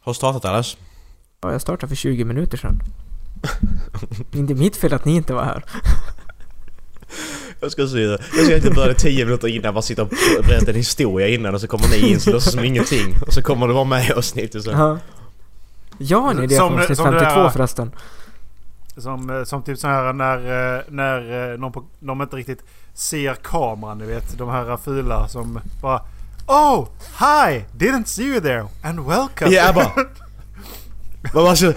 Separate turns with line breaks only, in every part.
Har du startat annars?
Ja, jag startade för 20 minuter sedan. inte mitt fel att ni inte var här.
Jag ska se det. Jag ska inte börja 10 minuter innan, bara sitta och berätta en historia innan och så kommer ni in så låtsas som ingenting. Och så kommer du vara med i avsnittet sen.
Ja. Jag har en idé
Som-
från avsnitt
som det
52
där-
förresten.
Som, eh, som typ så här när, eh, när eh, någon på, de inte riktigt ser kameran, ni vet. De här fula som bara... Oh! Hi! Didn't see you there! And welcome!
Ja, bara... Man bara så... eh,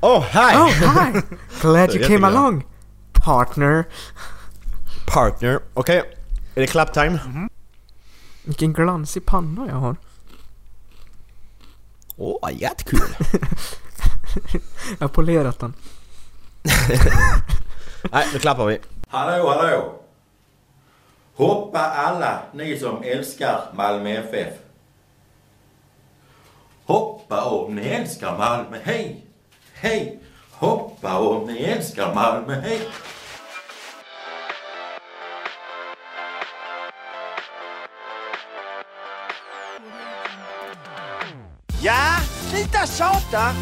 Åh, hi!
Oh, hi! Glad you came
Jätteglad.
along, partner.
Partner. Okej. Är det clap time?
Vilken glansig panna jag har.
Åh, jättekul!
Jag har polerat den.
Eh, Nej, nu klappar vi.
Hallå, hallå! Hoppa alla ni som älskar Malmö FF. Hoppa om ni älskar Malmö, hej! Hej! Hoppa om ni älskar Malmö, hej!
Ja, sluta tjata!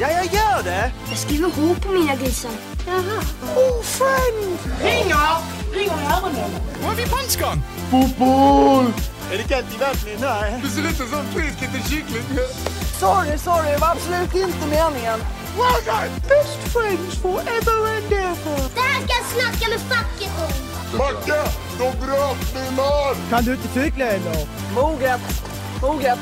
Ja, jag gör det!
Jag skriver H på mina grisar. Jaha.
Är det kallt i vattnet? Nej. Du ser ut som frisk liten kyckling. Sorry, sorry, det var absolut inte meningen. Well done! Best friends forever and ever!
Det här ska jag snacka med facket om.
Moget, moget.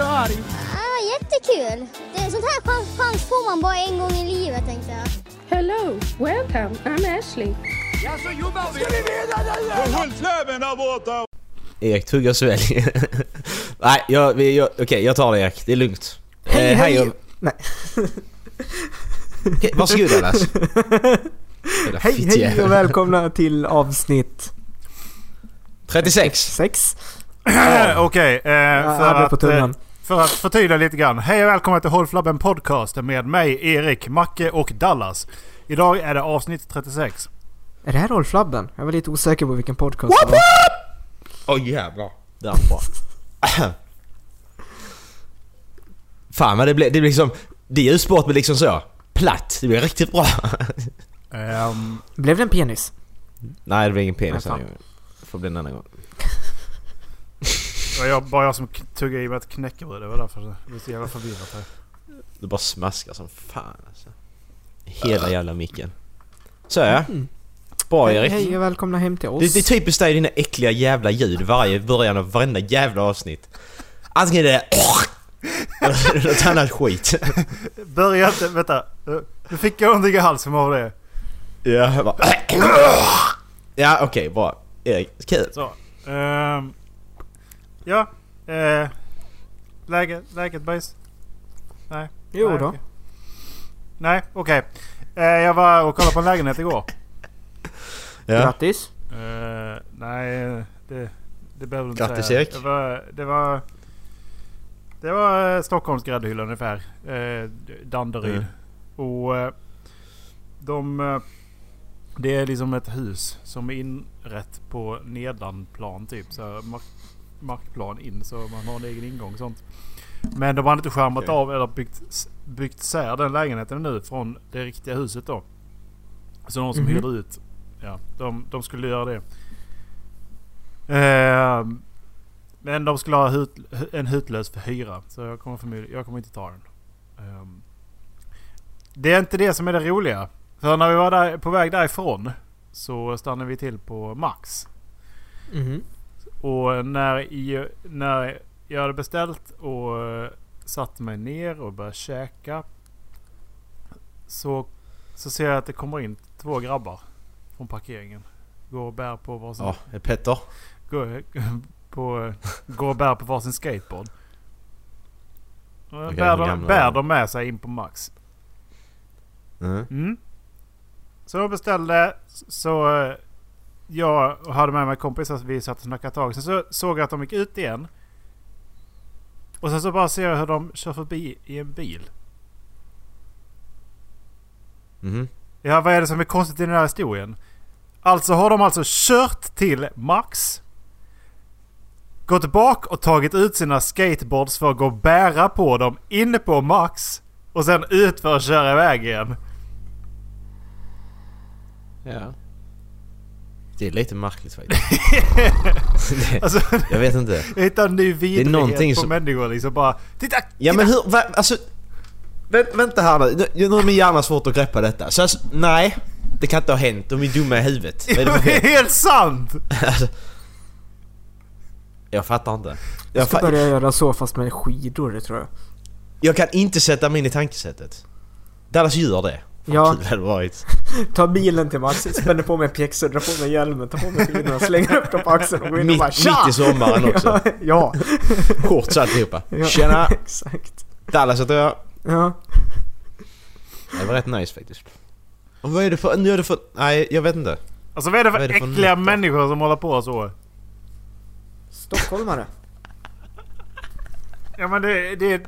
Ah, jättekul. Det, sånt här chans, chans får man bara en gång i livet, tänkte jag.
Hello, welcome. I'm Ashley.
Erik tuggar och sväljer. Nej, jag, vi- jag, okej jag tar det Erik. Det är lugnt.
Hej,
Eh,
hej!
och-
Nej.
Okej, varsågod Dallas. Jävla
Hej, hej
fittjävel.
och välkomna till avsnitt
36.
6.
Okej, eh,
Jag
för,
hade på
att, eh,
tungan.
för att förtydliga lite grann. Hej och välkomna till Håll Flabben Podcast med mig, Erik, Macke och Dallas. Idag är det avsnitt 36.
Är det här Rolf Labben? Jag var lite osäker på vilken podcast det var.
Åh jävlar. Det var bra. Fan vad det blev, det blev liksom, det är sport blir liksom så platt. Det blir riktigt bra.
Ehm,
Blev det en penis?
Nej det blir ingen penis
Nej,
den
fan.
här gången. Får bli en annan gång.
det var jag, bara jag som k- tuggade i mig ett knäckebröd. Det var därför det blev så jävla förvirrat här.
Du bara smaskar som fan alltså. Ah. Hela jävla micken. Så ja. Bra
Mm. Hej,
Erik.
hej och välkomna hem till oss.
Det, det är typiskt dig dina äckliga jävla ljud varje början av varenda jävla avsnitt. Antingen är det eller något annat skit.
Börja inte... Vänta. Eh, Nu fick jag någonting i halsen av det.
Ja, jag bara, ja okej bra. Erik, kul.
Så. ehm, ja. eh, läget, läget boys? Nej.
Jo
nej,
då.
okej. Nej, okej. Eh, jag var och kollade på en lägenhet igår.
Ja.
Grattis.
Eh, nej, det, det behöver du inte
Grattis,
säga.
Erik.
Det var... Det var, det var eh, Stockholms gräddhylla ungefär. Eh, Danderyd.
Mm.
Och eh, de... eh, Det är liksom ett hus som är inrätt på nedanplan typ. Så här, mark, markplan in så man har en egen ingång och sånt. Men de hade inte skärmat
Okej.
av eller byggt, s- byggt sär den lägenheten nu från det riktiga huset då. Så någon som
Mhm.
hyrde ut. Ja, de, de skulle göra det. Ehm, men de skulle ha hut, hu- en hutlös för hyra. Så jag kommer, förmodligen, jag kommer inte ta den. Ehm, det är inte det som är det roliga. För när vi var där, på väg därifrån så stannade vi till på Max.
Mhm.
Och när, i- när jag hade beställt och eh, satt mig ner och började käka. Så, så ser jag att det kommer in två grabbar från parkeringen. Går och bär på varsin,
Ja, det är Petter.
går, på, går och bär på varsin skateboard. Och
Okej,
bär,
de
de,
gamla-
bär de med sig in på Max.
Mm.
Mm. Så jag beställde. Så eh, jag hade med mig kompisar. så Vi satt och snackade ett tag. Sen så såg jag att de gick ut igen. Och sen så bara ser jag hur de kör förbi i en bil.
Mhm.
Ja, vad är det som är konstigt i den här historien? Alltså har de alltså kört till Max. gått bak och tagit ut sina skateboards för att gå och bära på dem inne på Max. Och sen ut för att köra iväg igen.
Ja. Det är lite märkligt faktiskt. Det-
Alltså,
jag vet inte.
jag hittar en ny vidrighet
någonting
på
som-
människor liksom bara... Titta!
Ja men hur, va, alltså... Vänt, vänta här nu, nu nu är min hjärna svårt att greppa detta. Så alltså, nej. Det kan inte ha hänt, de är dumma i huvudet. Vad är det för
Det
fel?
är helt sant!
Jag fattar inte.
Jag
Jag,
ska
fa-
börja göra så fast med skidor tror jag.
jag kan inte sätta mig in i tankesättet. Dallas gör det. Fan,
Ja.
kul det hade varit.
Ta bilen till Max, spänner på mig en pjäxa, drar på mig hjälmen, tar på mig skidorna, slänger upp dem på axeln och går in och
Mitt-
bara tja!
mitt i sommaren också.
ja,
Shorts alltihopa.
ja.
Tjena!
Exakt.
Dallas heter jag.
Ja.
Det var rätt nice faktiskt. Och vad är det för... Nu är det för... Nej, jag vet inte.
Alltså vad är det för,
Vad är det för
äckliga
nytta?
människor som håller på så?
Stockholmare.
Ja men det, det är...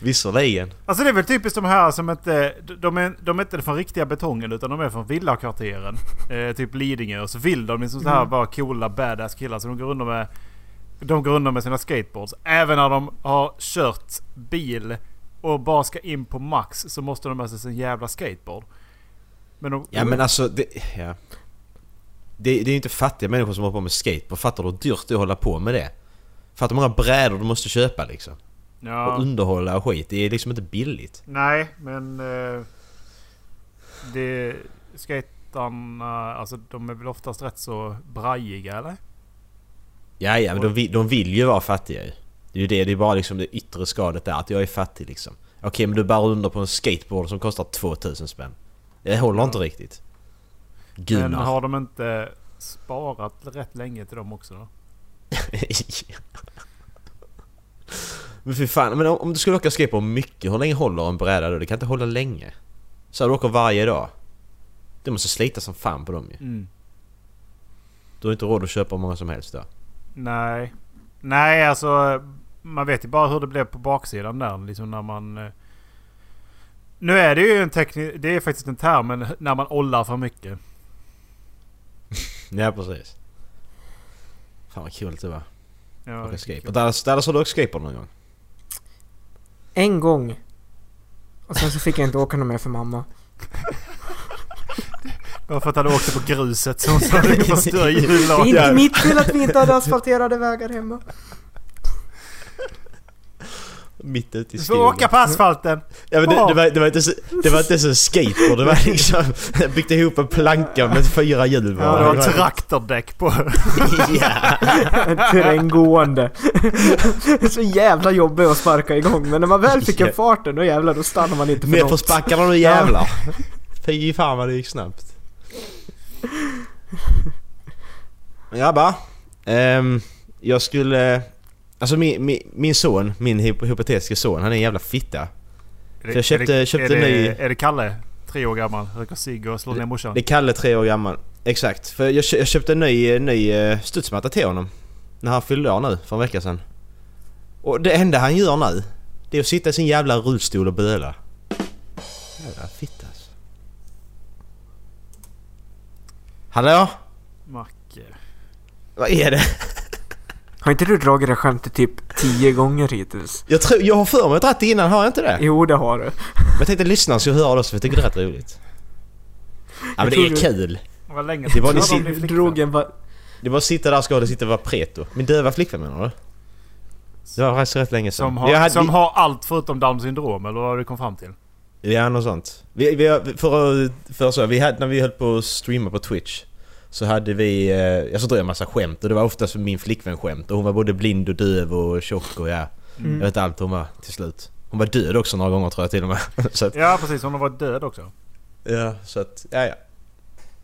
Visserligen.
Alltså det är väl typiskt de här som inte... De är, de är inte från riktiga betongen utan de är från villakvarteren. Eh, typ Lidingö. Och så vill de liksom så här vara coola badass killar. Så de går runt med... De går runt med sina skateboards. Även när de har kört bil och bara ska in på max så måste de ha sig sin jävla skateboard. Men de...
Ja men alltså det... Ja. Det, det är ju inte fattiga människor som håller på med skateboard. Fattar du hur dyrt det är att hålla på med det? Fattar hur många brädor du måste köpa liksom? Och
ja,
underhålla och skit. Det är liksom inte billigt.
nej men... Eh, det... Skatarna... Alltså de är väl oftast rätt så brajiga eller?
Ja, ja men de, vill- de vill ju vara fattiga ju. Det är ju det, det är bara liksom det yttre skadet där. Att jag är fattig liksom. Okej men du bär under på en skateboard som kostar 2000 spänn. Det håller inte riktigt.
Men
Gunnar.
har de inte sparat rätt länge till dem också då?
men fy fan, men om, om du skulle åka skateboard mycket, hur länge håller en bräda då? Det kan inte hålla länge. Så här, du åker varje dag. Du måste slita som fan på dem ju. Du har inte råd att köpa hur många som helst då.
Nej. Nej, alltså man vet ju bara hur det blev på baksidan där. Liksom när man... eh, Nu är det ju en teknisk... Det är faktiskt en term, men när man ollar för mycket.
Ja precis. Fan vad kul det var.
Ja,
Åka skateboard. Dallas, Dallas har du åkt skateboard någon gång?
En gång. Och sen så fick jag inte åka någon mer för mamma.
det var för att han åkte på gruset så så det förstör
Det är
hjullaget.
inte mitt fel att vi inte hade asfalterade vägar hemma.
Mitt ute i
Du får åka på asfalten!
Ja, men det,
Ja.
det, var, det, var inte så, det var inte ens en skateboard, det var liksom... Jag byggde ihop en planka med fyra hjul bara.
Ja, det var
var-
traktordäck på.
Ja.
Terränggående. så jävla jobbig att sparka igång men när man väl fick en farten då jävlar då stannar man inte för
Ner för
något.
spackarna nu jävlar! Fy fan vad det gick snabbt. Grabbar. ehm, jag skulle... Alltså min, min, min son, min hy- hypotetiska son, han är en jävla fitta.
Är det-
Jag köpte-
är det,
köpte
är det,
ny-
Är det Kalle? Tre år gammal. Röker cigg och slår ner morsan.
Det är Kalle tre år gammal. Exakt. För jag, kö- jag köpte en ny, eh, ny eh, studsmatta till honom. När han fyllde år nu, för en vecka sedan. Och det enda han gör nu, det är att sitta i sin jävla rullstol och böla. Jävla fitta alltså. Hallå?
Macke.
Vad är det?
Har inte du dragit det skämtet typ tio gånger hittills?
Jag tror, jag har för mig att jag dragit det innan, har jag inte det?
Jo det har du.
Men jag tänkte lyssna så jag hör det så jag tycker det är rätt roligt. Ja men det är
tror
kul.
Det var länge
Det var ni
jag
sin-
blev flickvän.
drog en va-
Det var att sitta där och skådespelare sitta och vara preto. Min döva flickvän menar du? Det var faktiskt rätt länge sedan.
Som har,
Jag hade-
som har allt förutom Downs syndrom eller vad du kom fram till?
Ja, något sånt. Vi, vi, för, att- för att så, vi hade, när vi höll på att streama på Twitch så hade vi, eh, jag så drog jag en massa skämt och det var oftast min flickvän skämt och hon var både blind och döv och tjock och ja. Jag vet allt hon var till slut. Hon var död också några gånger tror jag till och med. så att,
Ja precis, hon har varit död också.
ja, så att, ja ja.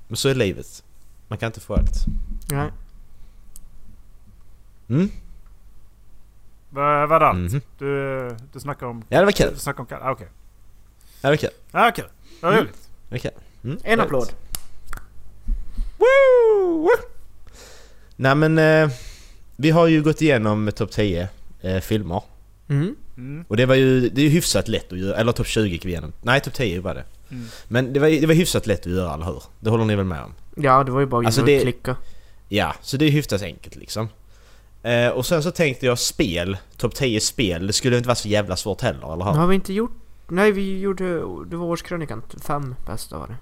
Men så är livet. Man kan inte få allt.
Nej.
Mm.
Va- Vad är allt?
Mhm.
Du, du snackar om...
Ja det var kul.
Du snackar om Kalle? Ah, Okej.
Ja, det var kul.
Ah, Okej. Vad roligt.
Det var kul. Mm,
En
roligt.
applåd.
Woo! Nej men, eh, vi har ju gått igenom topp 10 eh, filmer.
Mm.
Mm.
Och det var ju, det är ju hyfsat lätt att göra, eller topp 20 gick vi igenom. Nej, topp 10 var det.
Mm.
Men det var, ju- det var hyfsat lätt att göra, eller hur? Det håller ni väl med om?
Ja det var ju bara
Alltså,
genom att
det-
klicka.
Ja, så det är hyfsat enkelt liksom. Eh, och sen så tänkte jag spel, topp 10 spel, det skulle inte vara så jävla svårt heller, eller hur?
Har vi inte gjort... Nej vi gjorde... Det var årskrönikan. Fem bästa var det.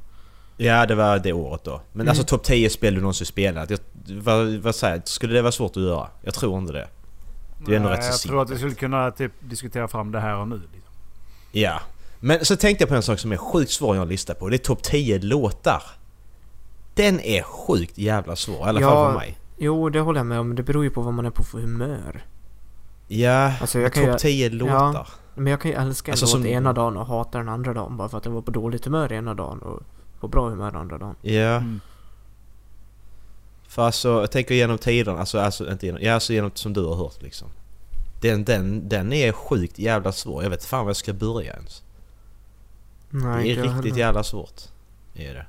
Ja, det var det året då. Men alltså topp 10 spel du någonsin spelat. Jag, vad, vad säger jag? Skulle det vara svårt att göra? Jag tror inte det. Det är ändå
Nej,
rätt så
Jag
simpelt.
tror att vi skulle kunna typ, diskutera fram det här och nu. Liksom.
Ja. Men så tänkte jag på en sak som är sjukt svår att göra en lista på. Det är topp 10 låtar. Den är sjukt jävla svår, i alla fall
Ja.
för mig.
Jo, det håller jag med om. Det beror ju på vad man är på för humör.
Ja,
Alltså, jag
men
kan
topp
ju-
10 låtar.
Men jag kan ju älska en
Alltså,
låt
som-
ena dagen och hata den andra dagen bara för att jag var på dåligt humör ena dagen och på bra humör andra dagen.
Ja.
Mm.
För alltså, jag tänker genom tiden, alltså, alltså inte genom, ja, alltså genom som du har hört liksom. Den, den, den är sjukt jävla svår. Jag vet fan var jag ska börja ens.
Nej,
det
inte
är
jag
riktigt
heller.
jävla svårt. Är det.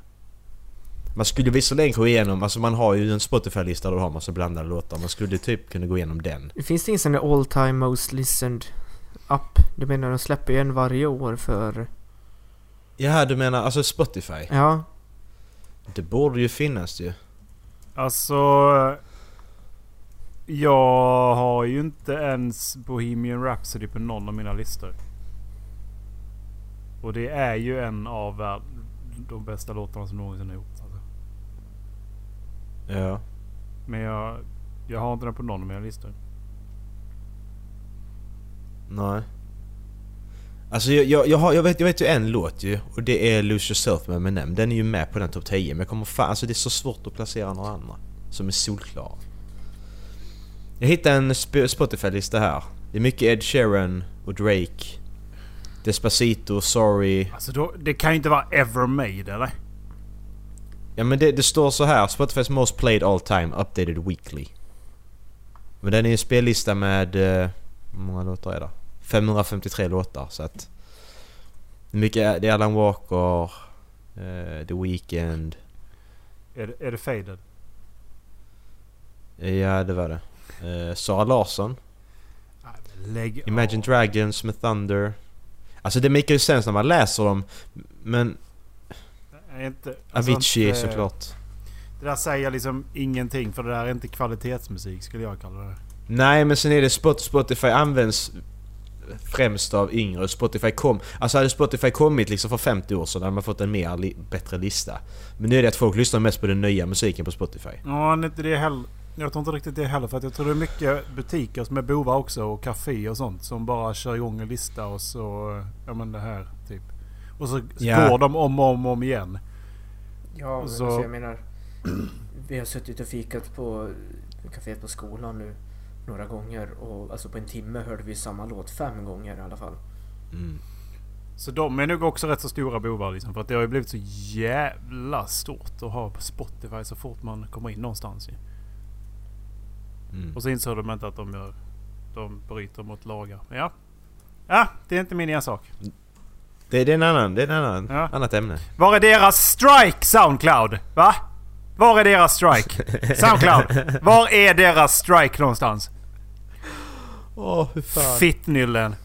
Man skulle visserligen gå igenom, alltså man har ju en Spotify-lista där du har massa blandade låtar. Man skulle typ kunna gå igenom den.
Finns det ingen sån där all time most listened app? Du menar de släpper ju en varje år för...
Ja, du menar alltså Spotify?
Ja.
Det borde ju finnas ju.
Alltså... Jag har ju inte ens Bohemian Rhapsody på någon av mina listor. Och det är ju en av värld- de bästa låtarna som någonsin har gjorts. Alltså.
Ja.
Men jag, jag har inte den på någon av mina listor.
Nej. Alltså jag, jag, jag, har, jag, vet, jag vet ju en låt ju och det är Lose Yourself med Eminem. Den är ju med på den topp 10 men jag kommer fan, alltså det är så svårt att placera några andra som är solklara. Jag hittade en sp- Spotify-lista här. Det är mycket Ed Sheeran och Drake. Despacito, Sorry.
Alltså då, det kan ju inte vara Ever Made eller?
Ja men det, det står så här. Spotify's most played all time, updated weekly. Men den är ju en spellista med... Eh, hur många låtar är det? 553 låtar så att... det är Mycket, det är Alan Walker, eh, The Weeknd.
Är, det- är det Faded?
Eh, Ja det var det. Eh, Sara Larsson,
Nej, men Lägg
Imagine
av.
Dragons med Thunder. Alltså det make ju sens när man läser dem. Men
Är inte, alltså
Avicii
inte-
såklart.
Det där säger liksom ingenting för det där är inte kvalitetsmusik skulle jag kalla det.
Nej, men sen är det Spot, Spotify används främst av yngre. Spotify kom, alltså hade Spotify kommit liksom för 50 år sedan hade man fått en mer li, bättre lista. Men nu är det att folk lyssnar mest på den nya musiken på Spotify.
Ja, men inte det heller. Jag tror inte riktigt det heller för att jag tror det är mycket butiker som är bovar också och kaféer och sånt som bara kör igång en lista och så... eh, Ja men det här typ. Och så
Ja.
går de om och om, och om igen.
Ja, men
Så-
alltså jag menar... Vi har suttit och fikat på kaféet på skolan nu några gånger och alltså på en timme hörde vi samma låt fem gånger i alla fall.
Så de är nog också rätt så stora bovar liksom för att det har ju blivit så jävla stort att ha på Spotify så fort man kommer in någonstans ju.
Mm.
Och så insåg de inte att de gör... De bryter mot lagar. Men ja. Ja, det är inte min sak.
Det, det är en annan, det är en annan,
Ja.
annat ämne.
Var är deras strike Soundcloud? Va? Var är deras strike? Soundcloud, var är deras strike någonstans?
Åh, hur fan.
Fittnyllen.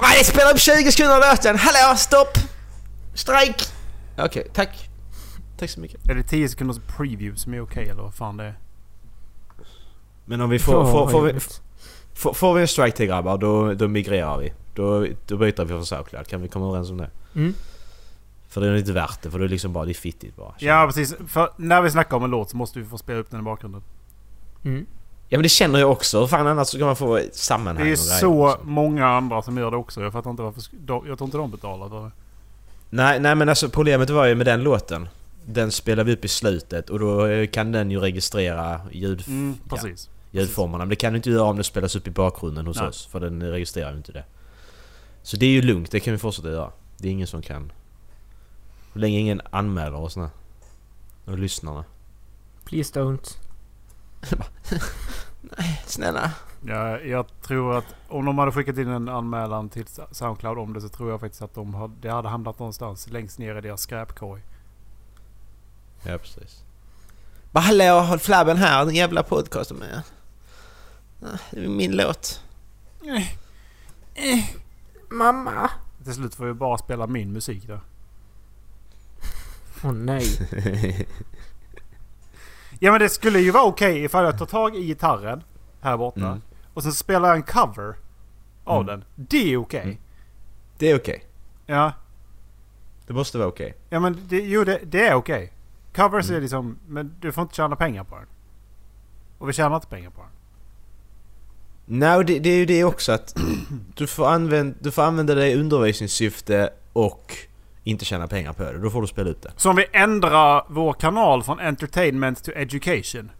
Nej, spela upp 20 sekunder av låten! Hallå, stopp! Strike! Okej, tack. Tack så mycket.
Är det 10 sekunders preview som är okej eller vad fan det är?
Men om vi får,
Ja,
får,
vad
får, vi,
jobbigt.
får, får vi en strike till grabbar, då, då migrerar vi. Då, då byter vi från Soundcloud, kan vi komma överens om det?
Mm.
För det är inte värt det, för det är liksom bara, det är fittigt bara.
Ja precis, för när vi snackar om en låt så måste vi få spela upp den i bakgrunden.
Mm.
Ja men det känner jag också, fan annars så kan man få
Det
sammanhang
är ju
och grejer,
så
liksom.
många andra som gör det också. Jag fattar inte varför... sk- de- Jag tror inte de betalar för det.
Nej, nej men alltså problemet var ju med den låten. Den spelar vi upp i slutet och då eh, kan den ju registrera ljud,
Mm, precis.
ljudformerna. Men det kan du inte göra om det spelas upp i bakgrunden hos
Nej.
oss, för den registrerar ju inte det. Så det är ju lugnt, det kan vi fortsätta göra. Det är ingen som kan... Så länge ingen anmäler oss nu. Och lyssnarna.
Please don't.
Snälla.
Ja, jag tror att om de hade skickat in en anmälan till Soundcloud om det så tror jag faktiskt att de hade, det hade hamnat någonstans längst ner i deras skräpkorg.
Ja precis. Bara hallå, håll flabben här, den jävla podcasten med. Det är min låt.
Mamma!
Till slut får vi bara spela min musik då.
Åh nej.
Ja men det skulle ju vara okej ifall jag tar tag i gitarren här borta.
Mm.
Och sen spelar jag en cover av
Mm.
den. Det är okej.
Mm. Det är okej.
Ja,
Det måste vara okej.
ja men det, jo, det, det är okej. Covers
Mm.
är liksom, men du får inte tjäna pengar på den. Och vi tjänar inte pengar på den.
Nej, och det, det är ju det också att du får, använd, du får använda det i undervisningssyfte och inte tjäna pengar på det. Då får du spela ut det.
Så om vi ändrar vår kanal från entertainment to education.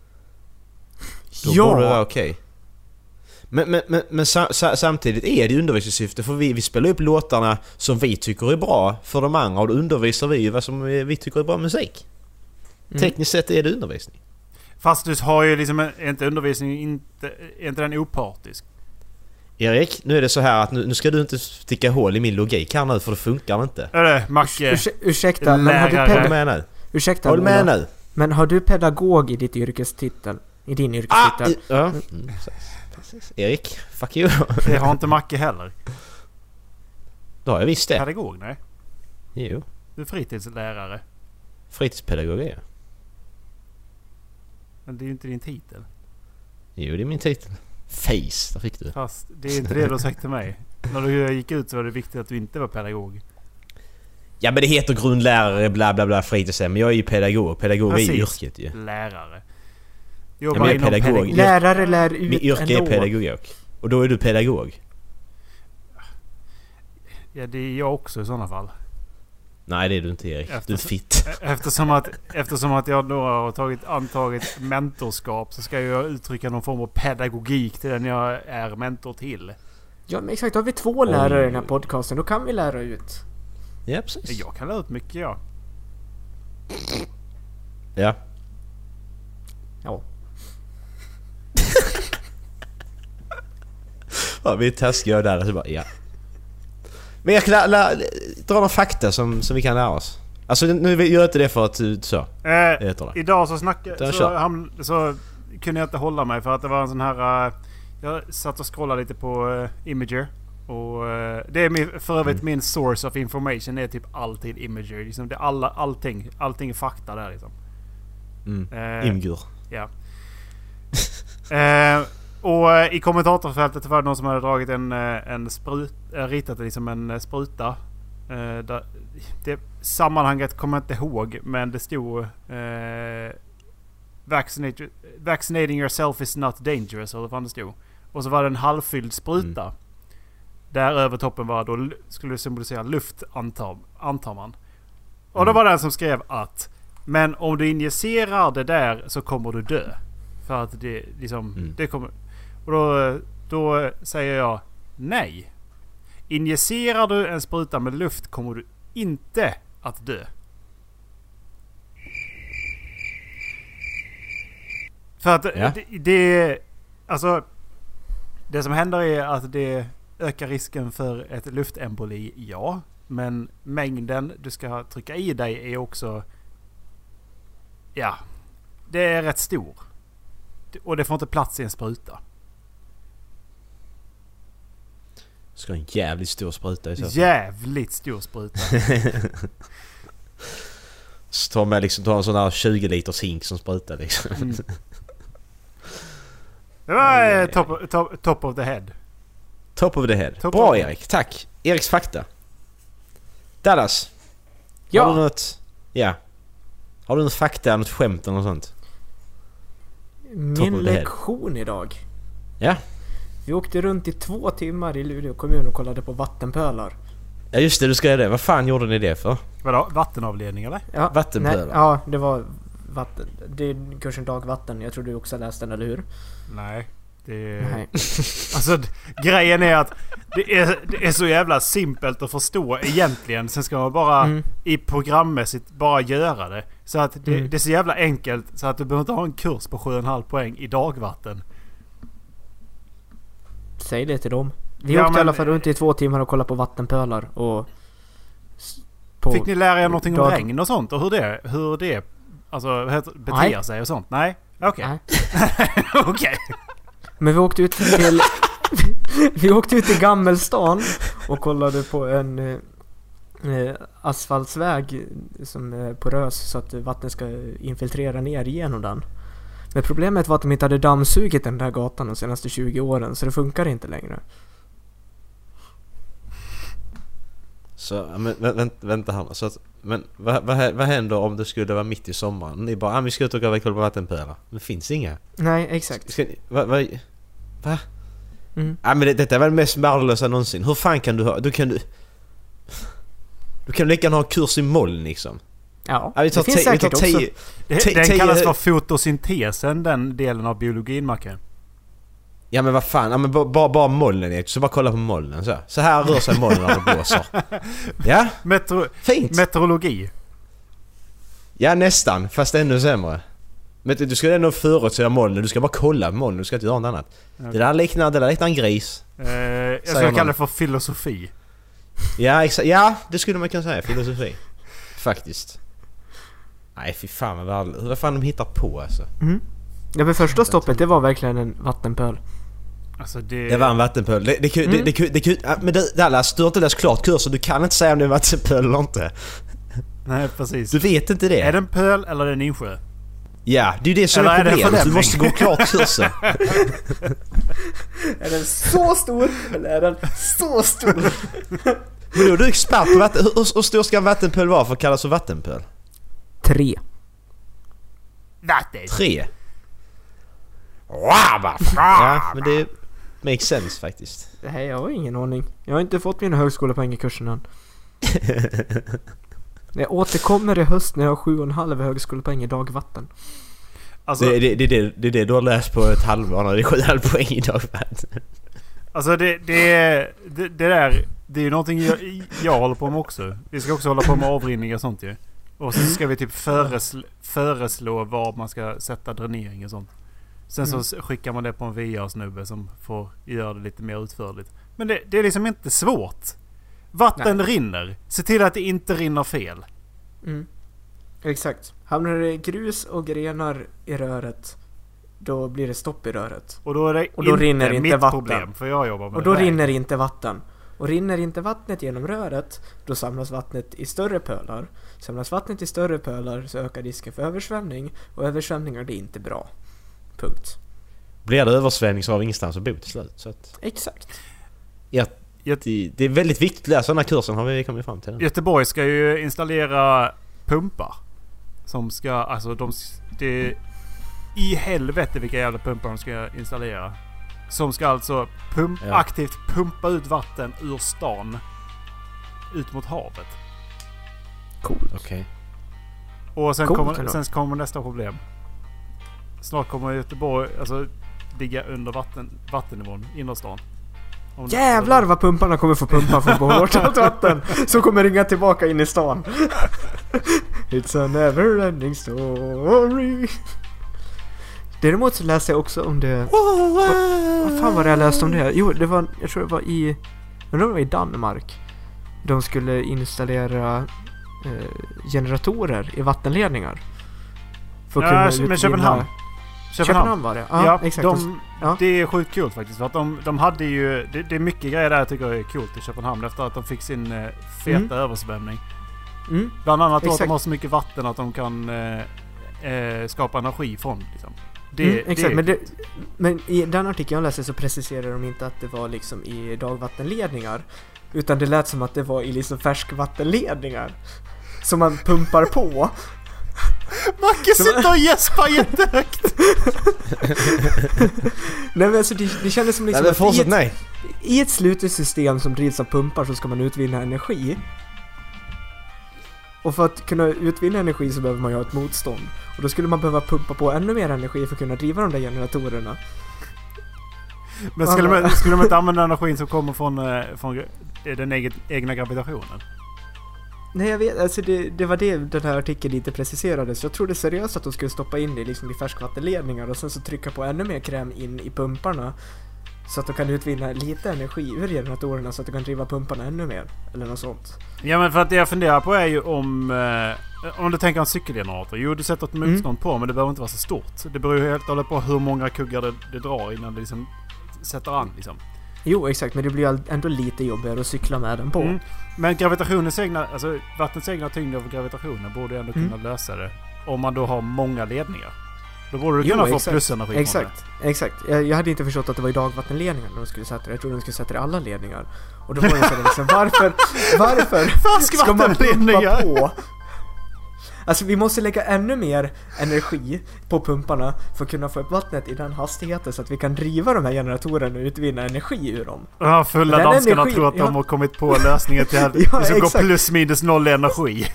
Då borde det vara okej. Men, men, men, men sa, sa, samtidigt är det ju undervisningssyfte för vi, vi spelar upp låtarna som vi tycker är bra för de andra och då undervisar vi ju vad som vi vi tycker är bra musik. Tekniskt sett är det undervisning.
Fast du har ju liksom, är inte undervisningen inte, är inte den opartisk?
Erik, nu är det så här att nu, nu ska du inte sticka hål i min logik här nu för det funkar inte.
Eller Macke?
Ursä- ursäkta, men har du
Lärare.
Håll
ped-
med nu.
ursäkta
Håll med
Ola,
nu.
men har du pedagog i ditt yrkestitel? I din
Ah!
yrkestitel?
i- Ja. Mm, precis. Precis. Erik, fuck you.
Det har inte Macke heller.
Då har jag visst det.
Pedagog? Nej.
Jo.
Du är fritidslärare.
Fritidspedagog är jag.
Men det är ju inte din titel.
Jo, det är min titel. Face, där fick du.
Fast det är inte det du har sagt till mig. När du gick ut så var det viktigt att du inte var pedagog.
Ja men det heter grundlärare bla bla bla fritidshem. Men jag är ju pedagog. Pedagog är ju
Precis.
yrket ju.
Lärare.
Ja, men
Jobbar
jag är
inom
pedagog.
pedagog.
Lärare lär ut
Mitt yrke är
ändå.
pedagog. Och då är du pedagog.
Ja, det är jag också i sådana fall.
Nej det är du inte Erik. Du är
Eftersom-
fitt.
E- Eftersom att, eftersom att jag då har tagit, antagit mentorskap så ska jag uttrycka någon form av pedagogik till den jag är mentor till.
Ja men exakt, då har vi två lärare i den här podcasten, då kan vi lära ut.
Ja precis.
Jag kan lära ut mycket jag.
Ja.
Ja.
ja vi är taskiga där. Så bara, ja. Men jag kan lä- lä- dra några fakta som, som vi kan lära oss. Alltså nu gör jag inte det för att du- så.
Eh,
heter det.
Idag så snackade...
Den
Så,
kör.
ham, så kunde jag inte hålla mig för att det var en sån här... eh, jag satt och scrollade lite på eh, Imager. Och eh, det är min, för
Mm.
övrigt min source of information är typ alltid Imager. Liksom det är alla, allting, allting är fakta där liksom.
Mm.
Eh,
Imgur.
Ja. eh, och eh, i kommentatorfältet var det någon som hade dragit en, eh, en sprut, eh, ritat liksom en eh, spruta. Eh, där, det sammanhanget kommer jag inte ihåg men det stod eh, vaccinate, Vaccinating yourself is not dangerous eller vad fan det stod. Och så var det en halvfylld spruta. Där över toppen var då lu- skulle det symbolisera luft antar, antar man. Och då var det en som skrev att men om du injicerar det där så kommer du dö. För att det liksom...
Mm.
Det kommer, och då, då säger jag nej. Injicerar du en spruta med luft kommer du inte att dö. För att
Ja.
det, det... Alltså... Det som händer är att det ökar risken för ett luftemboli, ja. Men mängden du ska trycka i dig är också... Ja. Det är rätt stor. Och det får inte plats i en spruta.
Ska ha en jävligt stor spruta i så fall.
Jävligt stor spruta.
Så tar man liksom, tar en sån här 20 liters hink som sprutar liksom.
Det var eh, top, top, top of the head.
Top of the head.
Top
Bra
of the-
Erik, tack! Eriks fakta. Dallas, har du
Ja!
något... Ja. Har du något fakta, något skämt eller något sånt? top
Min
of the head.
lektion idag.
Ja.
Vi åkte runt i två timmar i Luleå kommun och kollade på vattenpölar.
Ja just det, du ska göra det. Vad fan gjorde ni det för?
Vadå? Vattenavledning eller?
Ja,
Vattenpölar.
Nej, ja, det var vatten. Det är kursen dagvatten. Jag tror du också läste den, eller hur?
Nej. Det...
Mm.
Nej.
Alltså d- grejen är att det är, det är så jävla simpelt att förstå egentligen. Sen ska man bara
Mm.
i programmässigt bara göra det. Så att det,
Mm.
det är så jävla enkelt så att du behöver inte ha en kurs på 7,5 poäng i dagvatten.
Säg det till dem. Vi
Ja,
åkte i alla
men-
fall runt i två timmar och kollade på vattenpölar och... s- På,
Fick ni lära er någonting om
dag-
regn och sånt och hur det, hur det alltså, vad heter, beter
Nej.
sig och sånt? Nej? Okej.
Nej.
Okej.
Men vi åkte ut till... vi åkte ut till Gammelstan och kollade på en eh, eh, asfaltsväg som är porös så att vatten ska infiltrera ner genom den. Men problemet var att de inte hade dammsugit den där gatan de senaste 20 åren så det funkar inte längre.
Så, ja, men vä- vänt, vänta här nu. så att, Men vad, vad, hä- vad händer om det skulle vara mitt i sommaren? Ni bara ah, vi ska ut och gräva koll på vattenpölar. Men finns inga.
Nej, exakt.
Ska ni, va, va, va?
Mm.
Ja, men det, detta är väl det mest värdelösa någonsin. Hur fan kan du ha... Du kan du... Du kan lika gärna ha kurs i moll liksom.
Ja,
Ja, vi tar
det finns
te- vi tar
säkert också.
tio... Te- eh,
Det- Den
tio-
kallas för fotosyntesen, den delen av biologin, Macke.
Ja men vad fan, ja, men bara, bara, bara molnen Erik, så bara kolla på molnen så. Så här rör sig molnen när det blåser. Ja,
Metro
fint!
meteorologi.
Ja nästan, fast ännu sämre. Men du du ska ändå förutsäga molnen, du ska bara kolla på molnen, du ska inte göra något annat. Det där liknar, det där liknar en gris.
Eh, jag
Säger
skulle
man.
kalla det för filosofi.
Ja, exa- ja det skulle man kunna säga, filosofi. Faktiskt. Nej fy fan vad värdelöst, vad fan de hittar på alltså.
Ja, men första stoppet det var verkligen en vattenpöl.
Alltså det...
Det var en vattenpöl. Det, det, mm. det, det, det, det, det, ja, men du Dallas, du har inte läst klart kursen, du kan inte säga om det är en vattenpöl eller inte.
Nej, precis.
Du vet inte det.
Är det en pöl eller är det en insjö?
Ja, det är ju det som
Eller
är
är det
problemet. du
fördämning?
måste gå klart kursen.
Är den så stor? Eller är den så stor?
Men då är du expert på vatten... Hur, hur hur stor ska en vattenpöl vara för att kallas för vattenpöl?
Tre.
Vatten!
Tre? Ja, men det makes sense faktiskt.
Nej, jag har ingen aning. Jag har inte fått mina högskolepoäng i kursen än. Jag återkommer i höst när jag har sju och en halv högskolepoäng i dagvatten.
Alltså,
Det, det, det, är det, det är det du har läst på ett halvår när det är sju halv poäng idag.
alltså det, det, det, det där... Det är ju någonting jag, jag håller på med också. Vi ska också hålla på med avrinning och sånt ju. Och så ska vi typ föreslå, föreslå var man ska sätta dränering och sånt. Sen
Mm.
så s- skickar man det på en VR-snubbe som får göra det lite mer utförligt. Men det, det är liksom inte svårt. Vatten rinner. Se till att det inte rinner fel.
Exakt. Hamnar det grus och grenar i röret, då blir det stopp i röret.
Och då är det
Och då
inte
rinner inte
mitt
vatten.
problem. För jag jobbar med
Och då
det.
rinner inte vatten. Och rinner inte vattnet genom röret, då samlas vattnet i större pölar. Samlas vattnet i större pölar så ökar risken för översvämning och översvämningar det är inte bra. Punkt.
Blir det översvämning så har vi ingenstans att bo till slut. Så att,
Exakt.
ja,
Jag-
det, det är väldigt viktigt att läsa den här kursen har vi kommit fram till. Nu.
Göteborg ska ju installera pumpar. Som ska, alltså de... s- Det, I helvete vilka jävla pumpar de ska installera. Som ska alltså pump,
Ja.
aktivt pumpa ut vatten ur stan. Ut mot havet.
Coolt.
Okej.
Och sen,
Coolt
kommer,
ändå.
sen kommer nästa problem. Snart kommer Göteborg alltså ligga under vatten, vattennivån, innerstan. Om-
Jävlar vad pumparna kommer få pumpa för att få bort allt vatten som kommer ringa tillbaka in i stan. It's a never ending story. Däremot så läste jag också om det... Vad fan var det jag läste om det? Jo, det var, jag tror det var i... Jag undrar om det var i Danmark. De skulle installera eh, generatorer i vattenledningar. För
Ja, men
utvinna-
Köpenhamn. Köpenhamn.
Köpenhamn var det? Ja,
Ja,
exakt.
De,
Ja.
Det är sjukt kul faktiskt. För att de, de hade ju, det, det är mycket grejer där jag tycker är coolt i Köpenhamn efter att de fick sin eh, feta
Mm.
översvämning.
Mm.
Bland annat då att
Exakt.
de har så mycket vatten att de kan eh, eh, skapa energi från. Liksom. Det,
Mm, exakt,
det,
men, det, men i den artikeln jag läste så preciserade de inte att det var liksom i dagvattenledningar. Utan det lät som att det var i liksom färskvattenledningar. Som man pumpar på.
Macke sitter och gäspar jättehögt!
Nej men alltså det, det kändes som
Nej
liksom
men
att i
fortsätt,
ett,
nej.
i ett slutet system som drivs av pumpar så ska man utvinna energi. Och för att kunna utvinna energi så behöver man ju ha ett motstånd. Och då skulle man behöva pumpa på ännu mer energi för att kunna driva de där generatorerna.
Men skulle man, skulle man inte använda energin som kommer från, eh, från eh, den egen, egna gravitationen?
Nej jag vet, alltså det, det var det den här artikeln inte preciserade. Så jag trodde seriöst att de skulle stoppa in det liksom i färskvattenledningar och sen så trycka på ännu mer kräm in i pumparna. Så att de kan utvinna lite energi ur generatorerna så att de kan driva pumparna ännu mer. Eller något sånt.
Ja men för att det jag funderar på är ju om... Eh, om du tänker en cykelgenerator. Jo du sätter ett
Mm.
motstånd på men det behöver inte vara så stort. Det beror ju helt och hållet på hur många kuggar det, det drar innan det liksom sätter an liksom.
Jo exakt, men det blir ju all- ändå lite jobbigare att cykla med den på.
Mm. Men gravitationens egna... Alltså
Mm.
vattnets egna tyngd över gravitationen borde ju ändå kunna lösa det. Om man då har många ledningar. Då borde du
Jo,
kunna få
exakt.
plusenergi på
Exakt, exakt. Jag, jag hade inte förstått att det var i dagvattenledningar de skulle sätta det. Jag trodde de skulle sätta det i alla ledningar. Och då var jag såhär liksom, varför, varför ska man pumpa
Färskvattenledningar!
på? Alltså vi måste lägga ännu mer energi på pumparna för att kunna få upp vattnet i den hastigheten så att vi kan driva de här generatorerna och utvinna energi ur dem.
De här fulla
Den
danskarna
energin-
tror att de
ja.
har kommit på lösningen till att
Ja,
det ska gå
exakt.
plus minus noll i energi.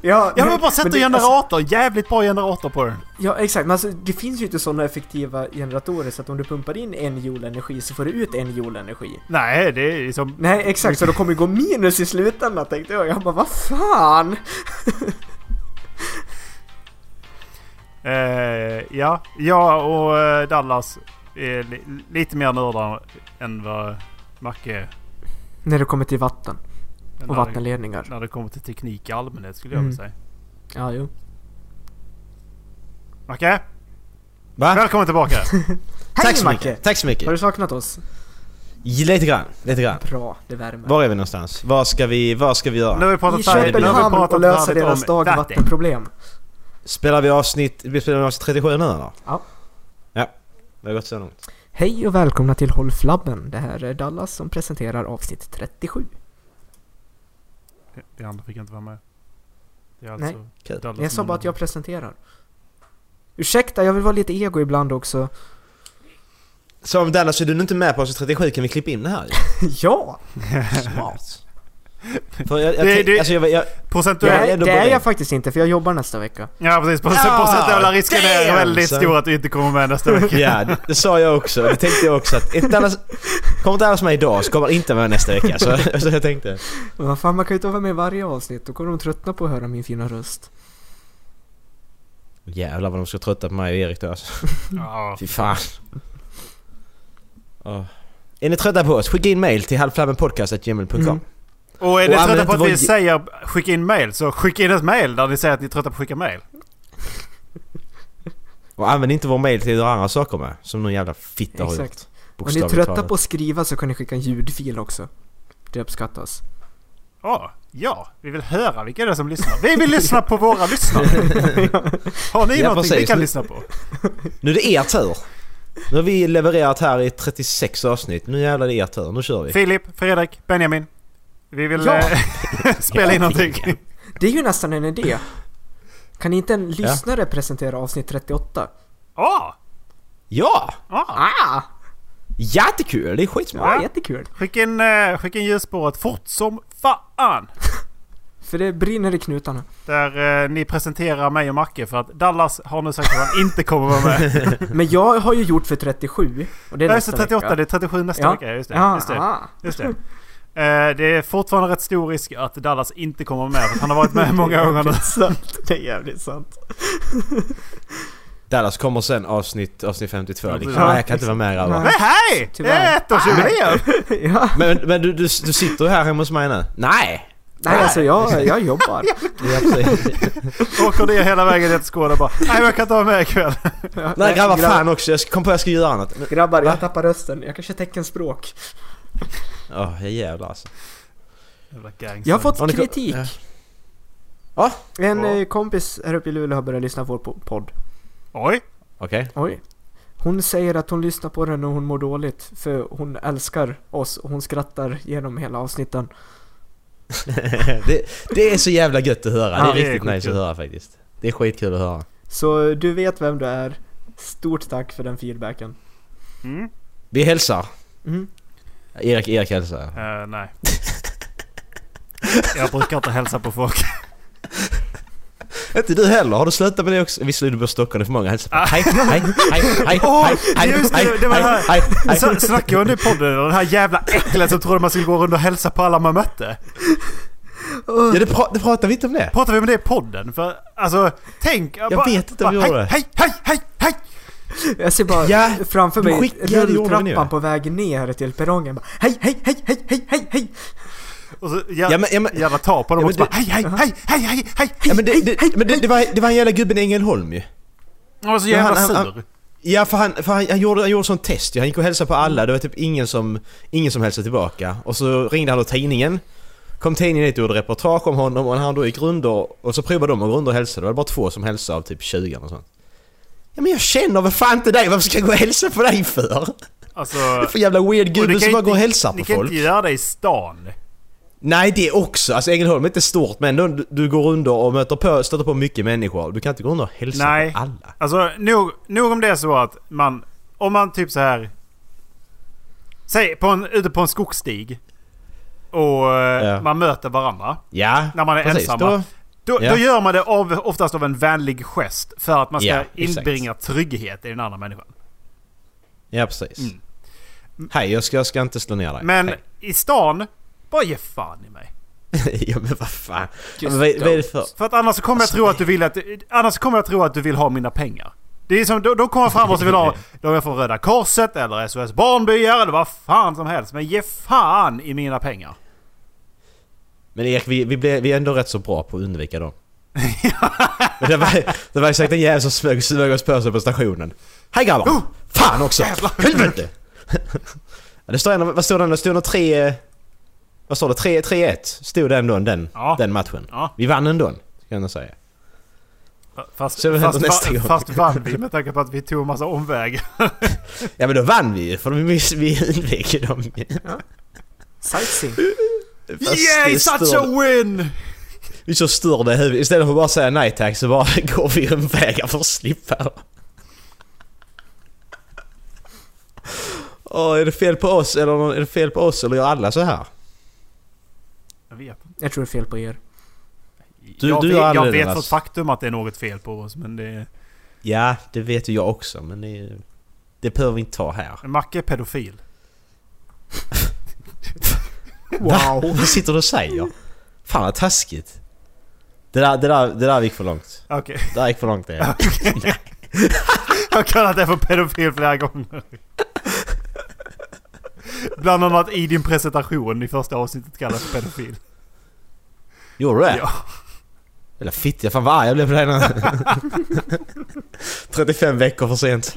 Ja,
Ja men bara sätt en
det- alltså-
generator! Jävligt bra generator på den.
Ja exakt, men alltså, det finns ju inte sådana effektiva generatorer så att om du pumpar in en joule energi så får du ut en joule energi.
Nej, det är liksom...
Nej exakt, så då kommer det gå minus i slutändan tänkte jag. Jag bara vad fan!
Eh, ja, jag och eh, Dallas är li lite mer nördar än vad Macke är.
När det kommer till vatten och
När det,
vattenledningar.
när det kommer till teknik i allmänhet skulle jag
Mm.
vilja säga.
Ja, jo.
Macke,
Va?
välkommen tillbaka!
Tack
Hej
så
Macke!
mycket! Tack så
Har
mycket!
du saknat oss?
Lite grann, lite grann.
Bra, det värmer.
Var är vi någonstans? Vad ska vi, vad ska vi
Nu
göra?
har vi pratat
I
färdigt- nu har vi
Köpenhamn
pratat
och lösa
färdigt
deras
om vatten.
dagvattenproblem.
Spelar vi avsnitt, vi spelar avsnitt 37 nu eller?
Ja.
Ja, det har gått så långt.
Hej och välkomna till Håll Flabben. Det här är Dallas som presenterar avsnitt 37.
Det andra fick inte vara med. Det är
Nej.
alltså
Kul.
Dallas
Jag sa
som-
bara att jag presenterar. Ursäkta, jag vill vara lite ego ibland också.
Så om Dallas är du inte med på avsnitt 37 kan vi klippa in det här ju.
ja!
Smart. För jag, jag,
Det-
tänk-
det-
alltså jag, jag,
Det
Procentuellt...
är
är,
ändå
det är
beredd.
jag faktiskt inte, för jag jobbar nästa vecka.
Ja precis,
Ja,
procentuella risken är
damn,
väldigt
son.
stor att du inte kommer med nästa vecka.
Ja, det, det sa jag också. Det tänkte jag också att ett annars, kommer inte Dallas med idag så kommer han inte med nästa vecka. Så, så jag tänkte.
Men vad fan, man kan ju inte vara med i varje avsnitt. Då kommer de tröttna på att höra min fina röst.
Jävlar vad de ska trötta på mig och Erik då alltså.
Ja.
Fy fan. Åh. Är ni trötta på oss? Skicka in mail till halvflabbenpodcast.gmail.com
Mm.
Och är ni
Och
trötta
använd
på att
vår
vi
ge-
säger skicka in mail så skicka in ett mail där ni säger att ni är trötta på att skicka mail.
Och använd inte vår mail till att göra andra saker med. Som någon jävla fitta har gjort.
Exakt. Om ni är trötta på att skriva så kan ni skicka en ljudfil också. Det uppskattas.
Ja, ja, vi vill höra vilka det är som lyssnar. Vi vill lyssna på våra lyssnare. Har ni
Ja,
någonting vi
precis.
kan
Nu-
lyssna på?
Nu är det er tur! Nu har vi levererat här i 36 avsnitt. Nu jävlar är det er tur. Nu kör vi.
Filip, Fredrik, Benjamin. Vi vill
Ja.
eh, spela in någonting.
Det är ju nästan en idé. Kan inte en lyssnare presentera avsnitt 38?
Ja,
Ja!
ja.
Ah!
Jättekul! Det är
Ja,
skitsmart.
jättekul!
Skicka in, eh, skicka in ljusspåret fort som fan.
För det brinner i knutarna.
Där eh, ni presenterar mig och Macke för att Dallas har nu sagt att han inte kommer vara med.
Men jag har ju gjort för 37. Och det är
Nej,
nästa
så 38,
vecka.
det är 37 nästa
Ja.
vecka. Just det.
Ja,
Just det.
ah.
Just det. Eh, det är fortfarande rätt stor risk att Dallas inte kommer med. För att han har varit med många gånger nu.
sant. Det är jävligt sant.
Dallas kommer sen avsnitt, avsnitt 52.
Ja,
liksom.
precis.
Nej, jag kan inte vara med grabbar.
Nej.
Men hej! Det är
Tyvärr.
ettårsjubileum!
ja.
Men, men du, du, du sitter ju här hemma hos mig nu. Nej!
Nej, alltså jag, jag jobbar.
Ja, precis.
Åker ner hela vägen ner till Skåne och bara Nej men jag kan inte vara med ikväll.
Nej grabbar, fan också. Jag kom på att jag ska göra något. Men-
Grabbar,
Va?
jag tappar rösten. Jag kanske teckenspråk.
Åh, jävlar alltså.
Jävla gangster.
Jag har fått
Har ni-
kritik.
Ja. Ja,
En
Ja.
eh, kompis här uppe i Luleå har börjat lyssna på vår po- podd.
Oj!
okej.
Oj. Hon säger att hon lyssnar på den när hon mår dåligt, för hon älskar oss och hon skrattar genom hela avsnitten.
det, det är så jävla gött att höra.
Ja,
Det är
det är
riktigt nice
skitkul.
att höra faktiskt. Det är skitkul att höra.
Så eh, du vet vem du är. Stort tack för den feedbacken.
Mm.
Vi hälsar.
Mm.
Erik, Erik hälsar.
Eh, nej. Jag brukar inte hälsa på folk.
Inte du heller, har du slutat med det också? Visserligen, du bor i Stockholm, det är för många hälsar på. Hej, hej, hej, hej, hej,
Ah. Åh,
hej, hej,
just det,
hej,
det var det
hej,
här.
hej, hej.
Så, snackar jag nu i podden om det här jävla äcklet som trodde man skulle gå runt och hälsa på alla man mötte?
Ja, det, pra- det pratar vi inte om det.
Pratar vi om det i podden? För alltså, tänk! Jag
vet inte om vi gjorde
hej,
det.
hej, hej, hej, hej!
Jag ser bara
Ja,
framför
du
mig
skickade- ja, det gjorde vi
rulltrappan
nu.
på väg ner till perrongen. Bara, hej, hej, hej, hej, hej, hej, hej!
Och så jä-
Ja, men- ja, men-
jävla tar på dem
Ja,
och så
men
bara hej, hej, hej, hej, hej, hej,
Ja,
hej!
men det, det, men det, det, var, det var en jävla gubben i Ängelholm ju.
Han var så
Ja,
jävla
han- han-
sur.
Ja för han, för han, han gjorde, han gjorde sån test ju. han gick och hälsade på alla, det var typ ingen som, ingen som hälsade tillbaka. Och så ringde han då tidningen. Kom tidningen hit och gjorde reportage om honom och han då gick runt och, och så provade de att gå runt och hälsa. Det var bara två som hälsade av typ 20 eller sånt. Ja men jag känner väl fan inte dig, varför ska jag gå och hälsa på dig för?
Alltså...
Det är för jävla weird
och ni
gubbe
kan
som bara
inte-
går och hälsar
Ni
på
kan
folk.
inte göra det i stan.
Nej det också, alltså Ängelholm är inte stort men ändå, du, du går under och möter på, stöter på mycket människor. Du kan inte gå under och hälsa
Nej.
på alla.
Alltså nog, nog om det är så att man... Om man typ så här... Säg på en, ute på en skogsstig. Och eh,
Ja.
man möter varandra.
Ja,
När man är
precis.
ensamma.
Då,
Då,
Ja.
då gör man det av, oftast av en vänlig gest. För att man ska
Ja, exakt.
inbringa trygghet i den andra människan.
ja precis.
Mm.
Hej, jag ska, jag ska inte slå ner dig.
Men
Hej.
i stan, bara ge fan i mig.
ja men vad fan. Ja, men vad, vad är det för...
För att annars så kommer jag tro att du vill att... Annars kommer jag tro att du vill ha mina pengar. Det är som, då, då kommer jag fram och så vill ha... Då är jag från Röda Korset eller SOS Barnbyar eller vad fan som helst. Men ge fan i mina pengar.
Men Erik, vi, vi, blev, vi är ändå rätt så bra på att undvika dem. men det var, det var säkert en jävel som smög, smög oss på sig på stationen. Hej grabbar!
Oh!
Fan också! Helvete! ja, det står ändå, vad stod den? Det stod nog tre... eh, Vad står det? 3 3-1 stod det ändå den,
Ja.
den matchen.
Ja.
Vi vann ändå, ska jag ändå säga.
Fast,
Så vi händer
fast,
nästa
va,
gång.
fast vann vi med tanke på att vi tog en massa omvägar.
Ja men då vann vi ju, för vi, miss- vi undvek ju dem
Sightseeing.
Fast
Yay
det
such
störde-
a win!
Vi så störda i huvudet. Istället för att bara säga nej tack så bara går vi omvägar för att slippa. Åh, är det fel på oss eller någon- är det fel på oss eller gör alla så här?
Jag vet inte.
Jag tror det är fel på er.
Du-
jag
du
vet,
har
jag
anledning,
vet för ett
alltså.
faktum att det är något fel på oss men det...
Ja, det vet ju jag också men det, det behöver vi inte ta här.
Macke är pedofil.
Va? Vad sitter du och säger? Fan vad taskigt. Det där, det där, det där gick för långt.
Okej.
Det där gick för långt det.
Jag har kallat dig för pedofil flera gånger. Bland annat i din presentation i första avsnittet kallas jag pedofil.
Gjorde du det?
Ja.
Eller fitt, jag fan vad arg jag blev på dig nu. 35 veckor för sent.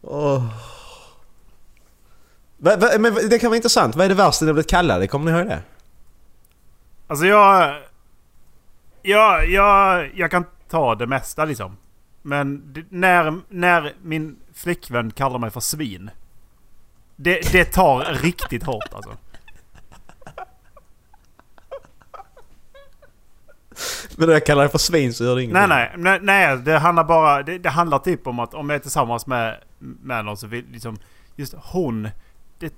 Åh. Va, va, men det kan vara intressant. Vad är det värsta ni har blivit kallade? Kommer ni ihåg det?
Alltså jag... Jag, jag, jag kan ta det mesta liksom. Men det, när, när min flickvän kallar mig för svin. Det, det tar riktigt hårt alltså.
Men jag kallar det för svin så gör det ingenting.
Nej, nej, nej, nej det handlar bara... Det, det handlar typ om att om jag är tillsammans med, med någon så vill liksom... Just hon... Det,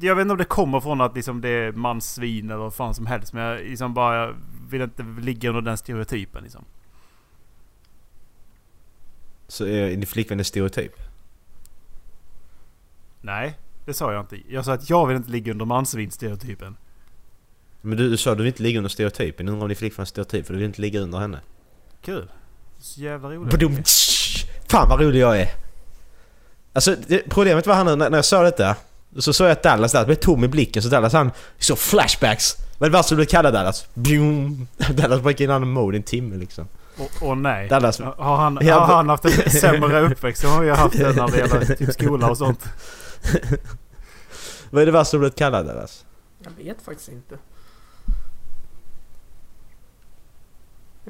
jag vet inte om det kommer från att liksom det är mansvin eller vad fan som helst. Men jag liksom bara... Jag vill inte ligga under den stereotypen liksom.
Så är din flickvän en stereotyp?
Nej, det sa jag inte. Jag sa att jag vill inte ligga under mansvin-stereotypen.
Men du, du sa du vill inte ligga under stereotypen. Undrar om din flickvän är stereotyp för du vill inte ligga under henne.
Kul. Så jävla
Badum,
roligt.
tsch. Fan vad rolig jag är! Alltså det, problemet var han nu när, när jag sa detta Så såg jag att Dallas där blev tom i blicken så Dallas han så flashbacks! Vad är det värsta du blev kallad Dallas? Bjum. Dallas bara gick in i annan mode i en timme liksom
Och, och nej.
Dallas
Har han,
Ja,
har
men-
han haft en sämre uppväxt än vad jag har haft när det gäller typ skola och sånt?
Vad är det värsta du blivit kallad Dallas?
Jag vet faktiskt inte.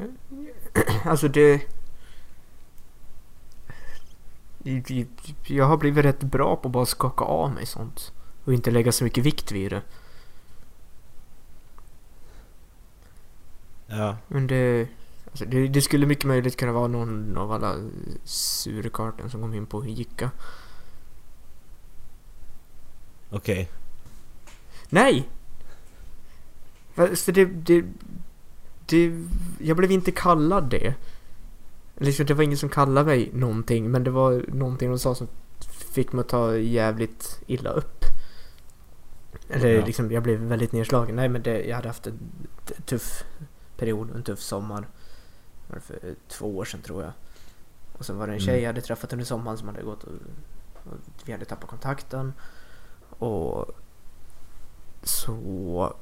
Alltså det... Jag har blivit rätt bra på att bara skaka av mig sånt. Och inte lägga så mycket vikt vid det.
Ja
Men det... Alltså det, det skulle mycket möjligt kunna vara någon av alla surkarten som kom in på Ica.
okej
Nej! Va- För det, det, det... Jag blev inte kallad det. Liksom, det var ingen som kallade mig någonting, men det var någonting de sa som fick mig att ta jävligt illa upp. Eller
Ja.
liksom, jag blev väldigt nedslagen. Nej, men det, jag hade haft en t- tuff period, en tuff sommar. Det var för eh, två år sedan tror jag. Och sen var det en tjej
Mm.
jag hade träffat under sommaren som hade gått och, och vi hade tappat kontakten. Och så...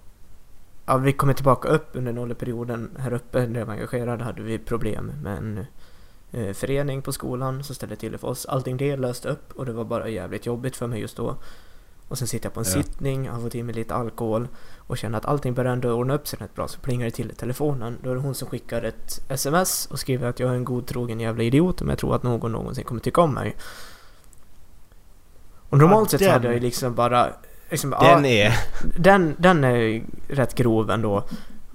Ja, vi kommer tillbaka upp under nolleperioden här uppe när jag var engagerad hade vi problem med en eh, förening på skolan som ställde till det för oss. Allting det löste upp och det var bara jävligt jobbigt för mig just då. Och sen sitter jag på en
Ja.
sittning, har fått i mig lite alkohol och känner att allting börjar ändå ordna upp sig rätt bra. Så plingar det till i telefonen. Då är det hon som skickar ett sms och skriver att jag är en god trogen jävla idiot om jag tror att någon någonsin kommer tycka om mig. Och normalt
Ja,
sett så hade
den-
jag ju liksom bara... Liksom,
Den
ja,
är...
den, den är ju rätt grov ändå.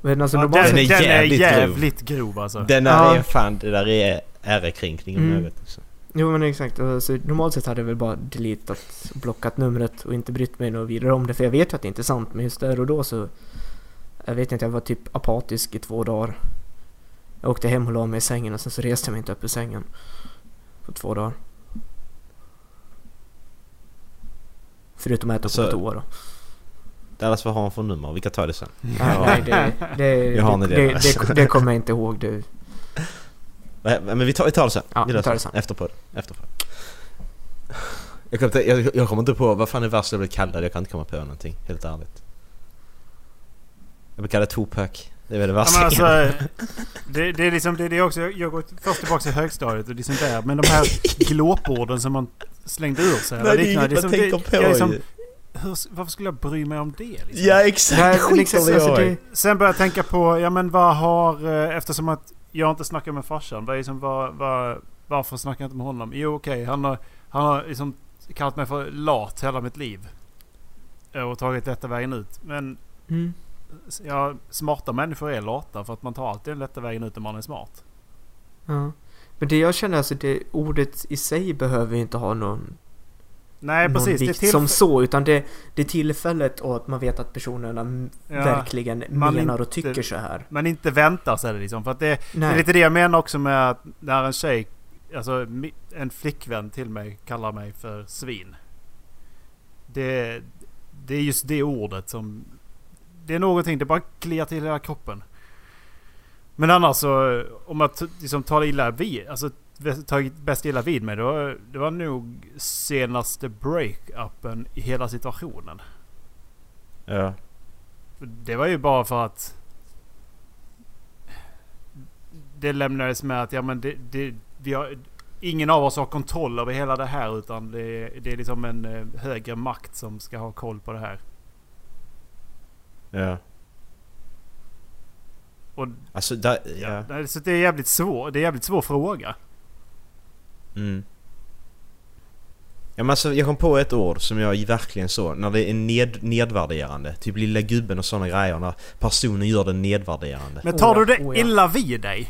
Men alltså,
Ja, den,
normalt
den
den
är
är
sett,
jävligt,
jävligt grov.
grov. alltså.
Den där
Ja.
är fan, det där är ärekränkning om
Mm.
något. liksom. Också.
jo men exakt. Alltså, normalt sett hade jag väl bara deletat, blockat numret och inte brytt mig något vidare om det. För jag vet ju att det inte är sant. Men just där och då så... Jag vet inte, jag var typ apatisk i två dagar. Jag åkte hem och la mig i sängen och sen så reste jag mig inte upp ur sängen. På två dagar. Förutom att äta
Alltså-
på toa då.
Dallas, vad har han för nummer? Vi kan ta det sen.
Nej, nej det, det,
Jag har en
det,
idé.
det, det, det kommer jag inte ihåg. Det,
Va- Men vi tar, vi tar det sen.
Ja, vi tar det sen.
Efter podd. Efter podd. Jag, kommer inte, jag, jag kommer inte på vad fan är värst jag blev kallad. Jag kan inte komma på någonting, helt ärligt. Jag blev kallad Tupac. Det är väl det
Ja,
värsta.
men alltså, det, det är liksom, det, det är också, jag går först tillbaka till högstadiet och det är sånt där. Men de här glåporden som man slängde ur sig. eller
Nej, det är
liknande,
inget man
som-
tänker
jag
på
liksom- är som,
ju.
hur, Varför skulle jag bry mig om det? Liksom?
Ja exakt, skiter vi
alltså,
i.
det,
Sen började jag tänka på, ja men vad har, eh, eftersom att jag inte snackar med farsan, vad är liksom, vad, vad, varför snackar jag inte med honom? Jo okej, han, har, han har liksom kallat mig för lat hela mitt liv. Eh, Och tagit detta vägen ut. Men
mm.
s- ja, smarta människor är lata för att man tar alltid den lätta vägen ut om man är smart.
Ja. Men det jag känner alltså, det ordet i sig behöver ju inte ha någon,
Nej
någon
precis, det är
vikt
till...
som så, utan det, det är tillfället och att man vet att personerna m-
Ja,
verkligen
man
menar och
inte-
tycker så här.
Men inte väntar sig det liksom. För att det, det är
Nej.
lite det jag menar också med att när en tjej, alltså mi- en flickvän till mig kallar mig för svin. Det, det är just det ordet som... Det är någonting, det bara kliar till hela kroppen. Men annars så, om jag t- liksom tar illa vid, alltså vä- tagit bäst illa vid mig, det var, det var nog senaste break-upen i hela situationen.
Ja.
Det var ju bara för att... Det lämnades med att ja, men det, det, vi har, ingen av oss har kontroll över hela det här utan det, det är liksom en eh, högre makt som ska ha koll på det här.
Ja.
Och
Alltså, där, ja.
ja. nej, Så det är jävligt svår, det är jävligt svår fråga.
Mm. Ja, men alltså, jag kom på ett ord som jag verkligen så när det är ned, nedvärderande. Typ lilla gubben och sådana grejer när personen gör det nedvärderande.
Men tar
Oh ja,
du det
oh ja.
illa vid dig?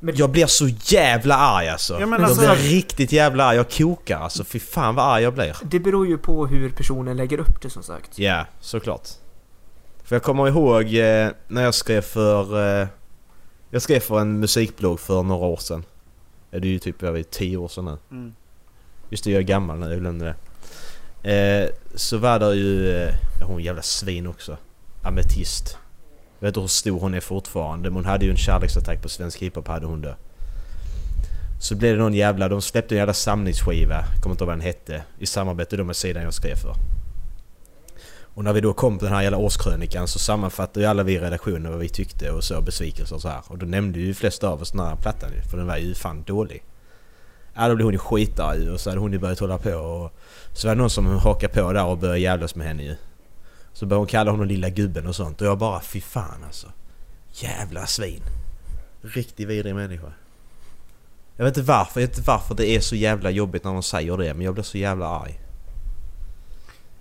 Jag blir så jävla arg alltså.
Ja, men
jag
alltså-
blir riktigt jävla arg. Jag kokar alltså. Fy fan vad arg jag blir.
Det beror ju på hur personen lägger upp det som sagt.
Ja, såklart. För jag kommer ihåg eh, när jag skrev för... Eh, jag skrev för en musikblogg för några år sedan. Ja, Det är ju typ över tio år sedan nu.
Mm.
Just det, jag är gammal nu, jag glömde det. Eh, så var det ju... Eh, ja, hon är en jävla svin också. Ametist. Jag vet inte hur stor hon är fortfarande men hon hade ju en kärleksattack på svensk hiphop hade hon då. Så blev det någon jävla... De släppte en jävla samlingsskiva, kommer inte ihåg vad den hette. I samarbete då med sidan jag skrev för. Och när vi då kom på den här jävla årskrönikan så sammanfattade ju alla vi i redaktionen vad vi tyckte och så besvikelser och så här. Och då nämnde ju de flesta av oss den här plattan ju, för den var ju fan dålig. Ja då blev hon ju skitarg och så hade hon ju börjat hålla på och så var det någon som hakade på där och började jävlas med henne ju. Så började hon kalla honom lilla gubben och sånt och jag bara fy fan alltså. Jävla svin. Riktig vidrig människa. Jag vet inte varför, jag vet inte varför det är så jävla jobbigt när de säger det men jag blir så jävla arg.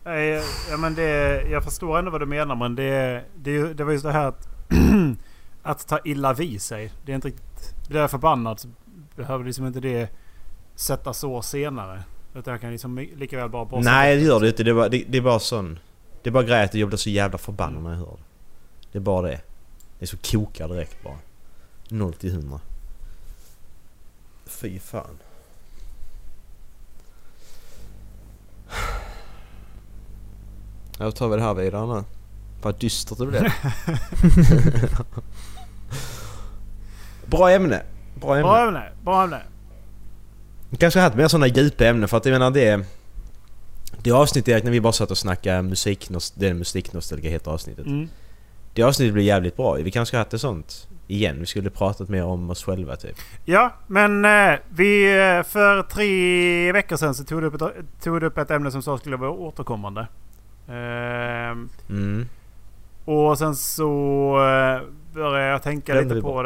Nej, Ja, men det, jag förstår ändå vad du menar men det, det, är ju- det var just det här att, att ta illa vid sig. Det är inte riktigt... Blir jag förbannad så behöver liksom inte det sätta så senare. Utan jag kan liksom li- lika väl bara borsta
Nej
bort
det gör det inte, det är bara, det, det är bara sån... Det är bara grejen att jag blir så jävla förbannad när jag hör det. Det är bara det. Det är så kokar direkt bara. 0 till 100. Fy fan. Ja, Då tar vi det här vidare nu. Vad dystert det blev. Bra ämne. Bra ämne.
Bra ämne, bra ämne.
Vi kanske har haft mer sådana djupa ämnen för att jag menar det... Det avsnittet Erik, när vi bara satt och snackade musiknost- den musiknostalgi heter avsnittet.
Mm.
Det avsnittet blev jävligt bra Vi kanske har haft ett sånt igen. Vi skulle pratat mer om oss själva typ.
Ja, men eh, vi, eh, för tre veckor sedan så tog du upp ett, tog du upp ett ämne som sa skulle vara återkommande. Ehm,
Mm.
och sen så eh, började jag tänka
Glömde
lite
vi
på
bort.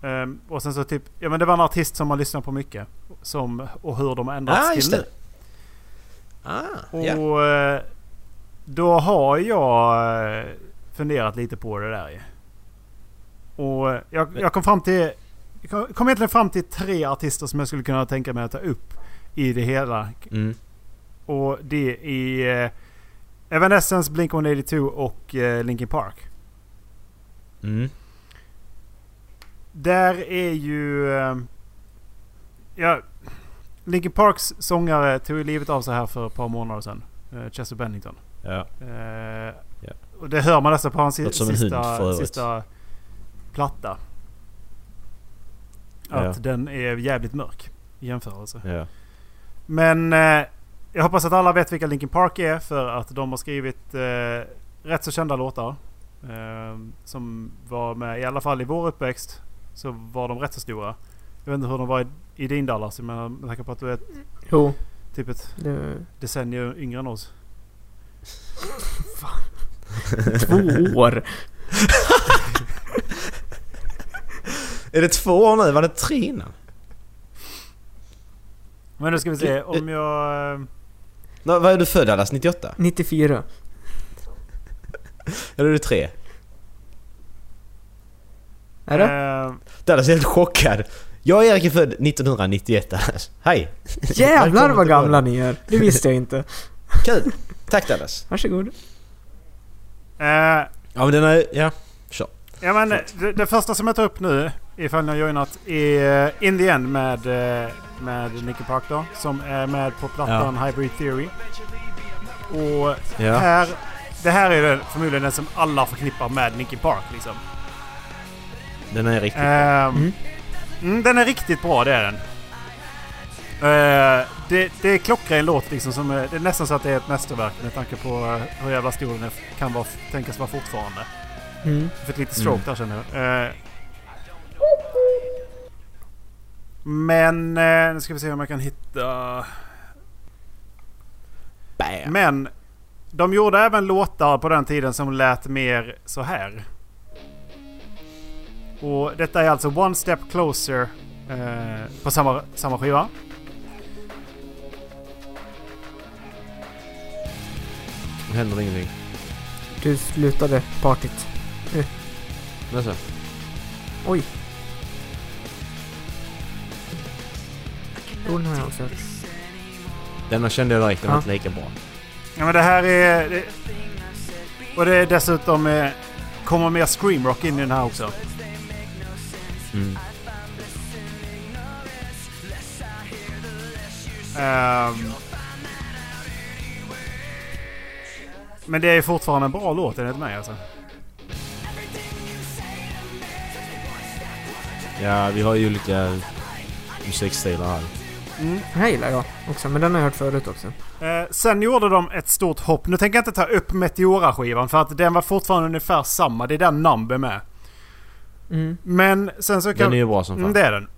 det. Ehm, och sen så typ, ja men det var en artist som man lyssnar på mycket. Som, och hur de har ändrats
Ah,
till
just
nu.
det. Ah,
Och
ja.
eh, då har jag eh, funderat lite på det där ju. Och eh, jag, jag kom fram till... Jag kom- kom egentligen fram till tre artister som jag skulle kunna tänka mig att ta upp i det hela.
Mm.
Och det är eh, Evanescence, Blink-182 och eh, Linkin Park.
Mm.
Där är ju... eh, Ja, Linkin Parks sångare tog ju livet av sig här för ett par månader sedan. eh, Chester Bennington.
Ja.
Eh, Och det hör man nästan på hans si-
Låter som en hund för
sista,
övrigt.
sista platta. Att
Ja.
den är jävligt mörk i jämförelse.
Ja.
Men eh, jag hoppas att alla vet vilka Linkin Park är för att de har skrivit eh, rätt så kända låtar. Eh, som var med, i alla fall i vår uppväxt, så var de rätt så stora. Jag vet inte hur de var i, i din Dallas, jag menar med tanke på att du är
Jo,
typ ett
det...
decennium yngre än oss.
Två år!
Är det två år nu? Var det tre innan?
Men nu ska vi se om jag... eh,
Nå, vad är du född Dallas? 98?
94.
Eller är du tre?
Är det?
eh,
Dallas är helt chockad. Jag och Erik är född 1991 Dallas. Hej!
Jävlar
Välkommen
vad
till
gamla
podden.
ni är! Det visste jag inte.
Kul! Tack Dallas.
Varsågod.
eh,
Ja men den är... Ja.
Ja men det, det första som jag tar upp nu ifall ni har joinat är In the End med, eh, med Nicky Park då. Som är med på plattan Hybrid Theory. Och
Ja.
här, det här är den, förmodligen den som alla förknippar med Nicky Park liksom.
Den är riktigt...
Ehm,
Mm.
mm, den är riktigt bra, det är den. Eh, det, det är klockren låt liksom. Som är, det är nästan så att det är ett mästerverk med tanke på eh, hur jävla stor den är, kan vara, tänkas vara fortfarande.
Mm.
Jag fick lite stroke där känner jag. Eh, Men eh, nu ska vi se om jag kan hitta...
Bam!
Men de gjorde även låtar på den tiden som lät mer så här. Och detta är alltså One Step Closer eh, på samma, samma skiva.
Nu händer ingenting.
Du slutade partyt.
Men så.
Oj. Jo, den har jag också hört.
Denna kände jag direkt, den var
Ja.
inte lika bra.
Ja men det här är... Det, och det är dessutom... Eh, kommer mer screamrock in i den här också.
Mm.
Ehm. men det är fortfarande en bra låt enligt mig alltså.
Ja, vi har ju olika musikstilar här.
Den här gillar jag också, men den har jag hört förut också.
Eh, sen gjorde de ett stort hopp. Nu tänker jag inte ta upp Meteora-skivan för att den var fortfarande ungefär samma. Det är den Number med.
Mm.
Men sen så kan...
Den är ju bra som fan.
Mm, det är den.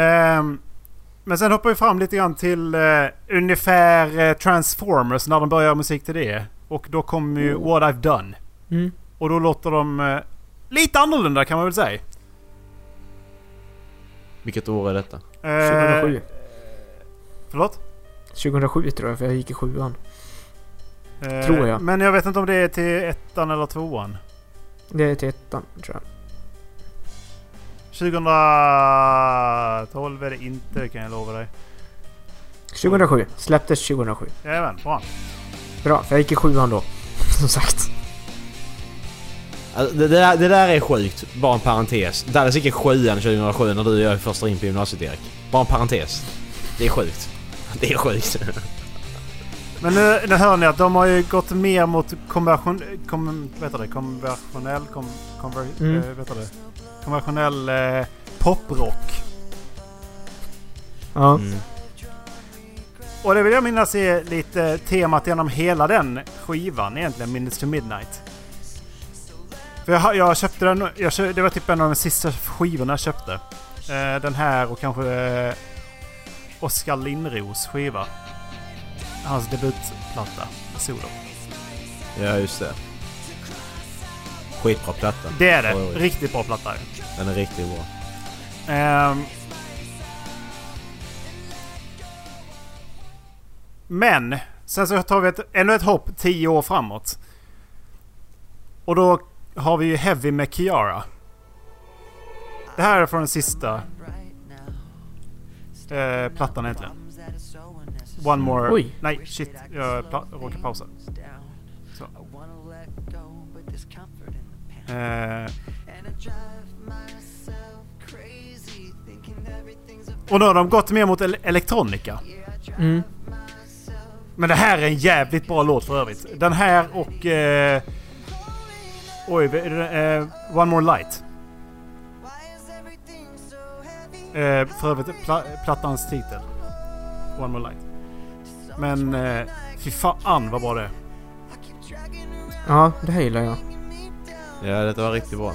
Ehm, men sen hoppar vi fram lite grann till eh, ungefär eh, Transformers när de börjar göra musik till det. Och då kommer ju What I've Done.
Mm.
Och då låter de eh, lite annorlunda kan man väl säga.
Vilket år är detta?
Eh,
2007.
Förlåt?
2007 tror jag, för jag gick i sjuan.
Eh,
Tror jag.
Men jag vet inte om det är till ettan eller tvåan.
Det är till ettan, tror jag.
2012 är det inte kan jag lova dig.
2007. Släpptes 2007.
Jajamän, bra.
Bra, för jag gick i sjuan då. Som sagt.
Alltså, det, där, det där är sjukt, bara en parentes. Dallas gick i sjuan 2007 när du och jag gick första in på gymnasiet Erik. Bara en parentes. Det är sjukt. Det är sjukt.
Men nu, nu hör ni att de har ju gått mer mot konversion... Kom, vet det, konversionell... Kom, konver,
Mm.
eh, vet det, konventionell eh, poprock.
Ja.
Mm.
Och det vill jag minnas är lite temat genom hela den skivan egentligen, Minutes to Midnight. För jag, har- jag köpte den, jag kö, det var typ en av de sista skivorna jag köpte. Eh, den här och kanske eh, Oskar Linnros skiva. Hans debutplatta, solo.
Ja, just det. Skitbra platta.
Det är det.
Oj, oj.
Riktigt bra platta.
Den är riktigt bra.
Ehm. Men sen så tar vi ett, ännu ett hopp tio år framåt. Och då har vi ju Heavy med Kiara. Det här är från den sista eh, plattan egentligen. One more...
Oj.
Nej, shit. Jag pla- råkar pausa. Så. Eh. Och nu har de gått mer mot el- elektronika.
Mm.
Men det här är en jävligt bra låt för övrigt. Den här och... Eh, oj, v- eh, One More Light. Eh, för övrigt pla- plattans titel. One More Light. Men eh, fy fan vad bra det är.
Ja, det här gillar jag.
Ja, detta var riktigt bra.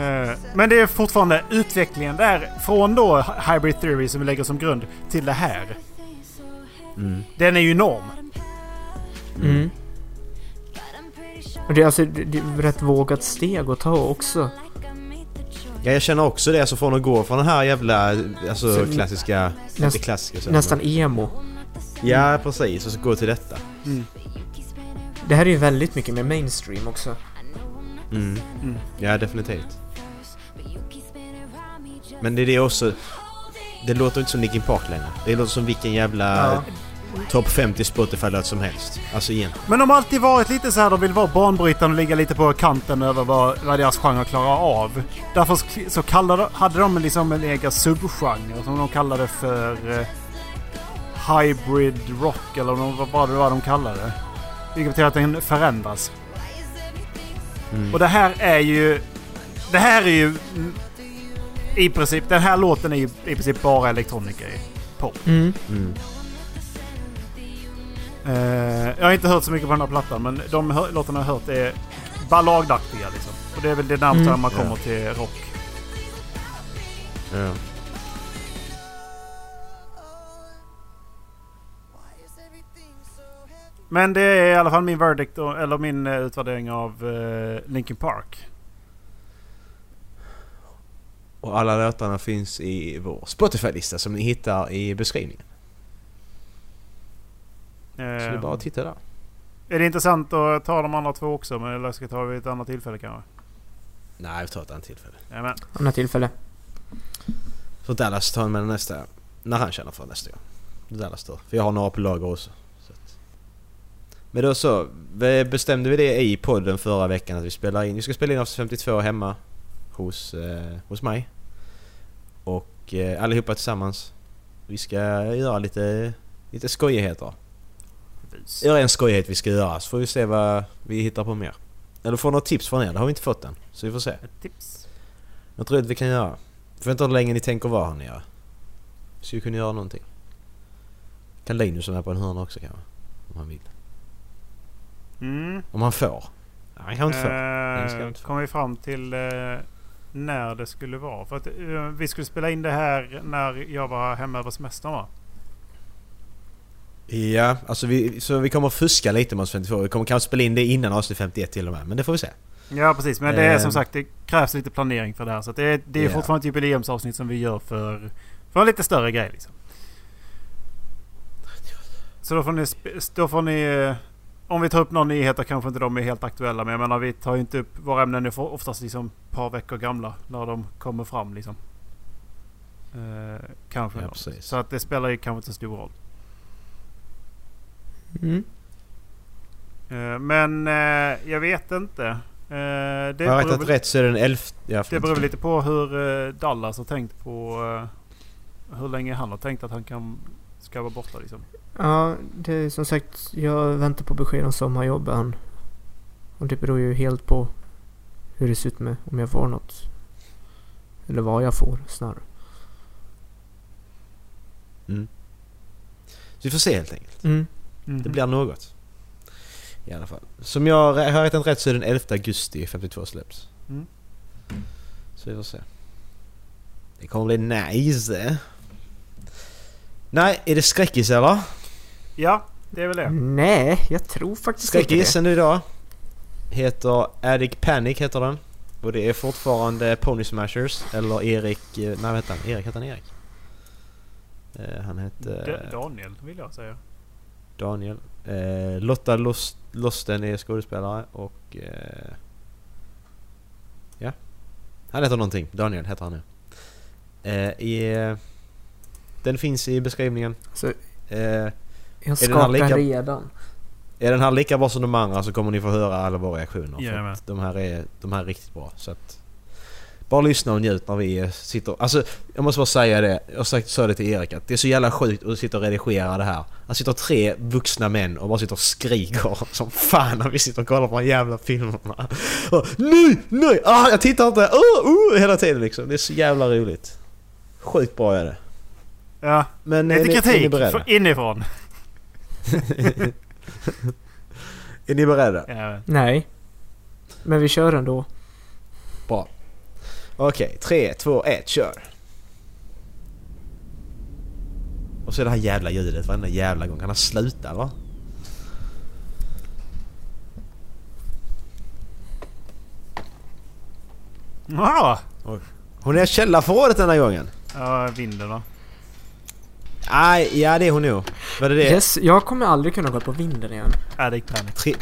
Eh, Men det är fortfarande utvecklingen där från då Hy- Hybrid Theory som vi lägger som grund till det här. Den är ju enorm.
Mm. Och det är alltså det, det är ett rätt vågat steg att ta också.
Ja, jag känner också det. Alltså från att gå från den här jävla alltså,
Så-
klassiska...
Näst-
inte klassiska så,
Nästan emo.
Ja, precis. Och så gå till detta.
Det här är ju väldigt mycket mer mainstream också.
Mm. Ja, definitivt. Men det är det också... Det låter inte som Linkin Park längre. Det låter som vilken jävla
Ja.
topp 50 Spotify-låt som helst. Alltså egentligen.
Men de har alltid varit lite så här, de vill vara banbrytande och ligga lite på kanten över vad, vad deras genre klarar av. Därför sk- så kallade, hade de liksom en egen subgenre som de kallade för eh, Hybrid Rock eller vad de- vad det var de kallade det. Vilket betyder att den förändras. Och det här är ju... Det här är ju... mm, I princip, den här låten är ju i princip bara elektronika i.
Mm.
Eh, jag har inte hört så mycket på den här plattan men de hö- låtarna jag har hört är balladaktiga liksom. Och det är väl det närmsta
Mm.
man kommer
Ja.
till rock.
Ja.
Men det är i alla fall min verdict, och- eller min eh, utvärdering av eh, Linkin Park.
Och alla låtarna finns i vår Spotify-lista som ni hittar i beskrivningen.
Eh,
Så det är bara att titta där.
Är det intressant att ta de andra två också? Men eller ska jag ta vid ett annat tillfälle kanske?
Nej, vi tar ett annat tillfälle.
Jajamän.
Annat tillfälle.
Så Dallas tar han med nästa... När han känner för nästa gång. Dallas då. För jag har några på lager också. Så att. Men då så. vi Bestämde vi det i podden förra veckan att vi spelar in. Vi ska spela in avsnitt 52 hemma. Hos, eh, hos mig. Och eh, allihopa tillsammans. Vi ska göra lite, lite skojigheter.
Vis.
Göra en skojighet vi ska göra så får vi se vad vi hittar på mer. Eller får några tips från er. Det har vi inte fått än. Så vi får se.
Ett tips.
Något roligt vi kan göra. Får inte hur länge ni tänker vara här nere. Så vi kunna göra någonting. Kan Linus vara med på en hörna också kanske? Om han vill.
Mm.
Om han får. Nej, han kan inte få.
Eh,
ska jag inte få.
kom vi fram till eh, när det skulle vara. För att eh, vi skulle spela in det här när jag var hemma över semestern va?
Ja, alltså vi, så vi kommer fuska lite med oss 52. Vi kommer kanske spela in det innan avsnitt 51 till och med. Men det får vi se.
Ja precis, men det är som
Ehm.
sagt det krävs lite planering för det här. Så att det, är- det är
Ja.
fortfarande ett jubileumsavsnitt som vi gör för, för en lite större grej. Liksom. Så då får ni... sp- Då får ni eh, om vi tar upp några nyheter kanske inte de är helt aktuella. Men jag menar vi tar ju inte upp våra ämnen. är for- oftast liksom ett par veckor gamla när de kommer fram liksom. Eh, kanske.
Ja,
någon.
precis.
så att det spelar ju kanske inte så stor roll.
Mm.
Eh, men eh, jag vet inte. Eh, det
Har jag
beror
räknat
väl-
rätt så är det den 11... Ja,
Det
förlåt.
beror väl lite på hur eh, Dallas har tänkt på eh, hur länge han har tänkt att han kan ska vara borta liksom.
Ja, det är som sagt, jag väntar på besked om sommarjobben. Och det beror ju helt på hur det ser ut med om jag får något. Eller vad jag får snarare.
Så vi får se helt enkelt.
Mm.
Det blir något. I alla fall. Som jag rä- har räknat rätt så är den 11 augusti 52 släpps.
Mm.
Så vi får se. Det kommer bli nice. Nej, är det skräckis eller?
Ja, det är väl det.
Nej, jag tror faktiskt inte det.
Skräckisen idag heter Addic Panic heter den. Och det är fortfarande Pony Smashers eller Erik... eh, Nej vad hette han? Erik, hette han Erik? Eh, han hette
D- Daniel vill jag säga.
Daniel. Eh, Lotta Lost, Losten är skådespelare och... Eh, ja. Han heter någonting. Daniel heter han nu. Eh, i, eh, den finns i beskrivningen.
Så
Eh,
jag
Är den här
skakar
lika-
redan.
Är den här lika bra som de andra så kommer ni få höra alla våra reaktioner. För
Jajamän.
att de, här är, de här är riktigt bra. Så att, bara lyssna och njut när vi eh, sitter... Alltså, jag måste bara säga det. Jag sa- sa det till Erik att det är så jävla sjukt att sitta och redigera det här. Här sitter tre vuxna män och bara sitter och skriker som fan när vi sitter och kollar på de jävla filmerna. Och, nej, nej, ah, jag tittar inte! Uh, uh, hela tiden liksom. Det är så jävla roligt. Sjukt bra är det.
Ja,
Men är ni,
lite
är ni
kritik
beredda?
för- inifrån.
Är ni beredda?
Ja,
Nej. Men vi kör ändå.
Bra. Okej, tre, två, ett, kör! Och så är det här jävla ljudet varenda jävla gång. Han har slutat va?
ja.
Hon är i källarförrådet den här gången!
ja vinden då.
Aj, ja det är hon nog. Vad är det?
Yes, jag kommer aldrig kunna gå på vinden igen.
Addict Panic.
Tri,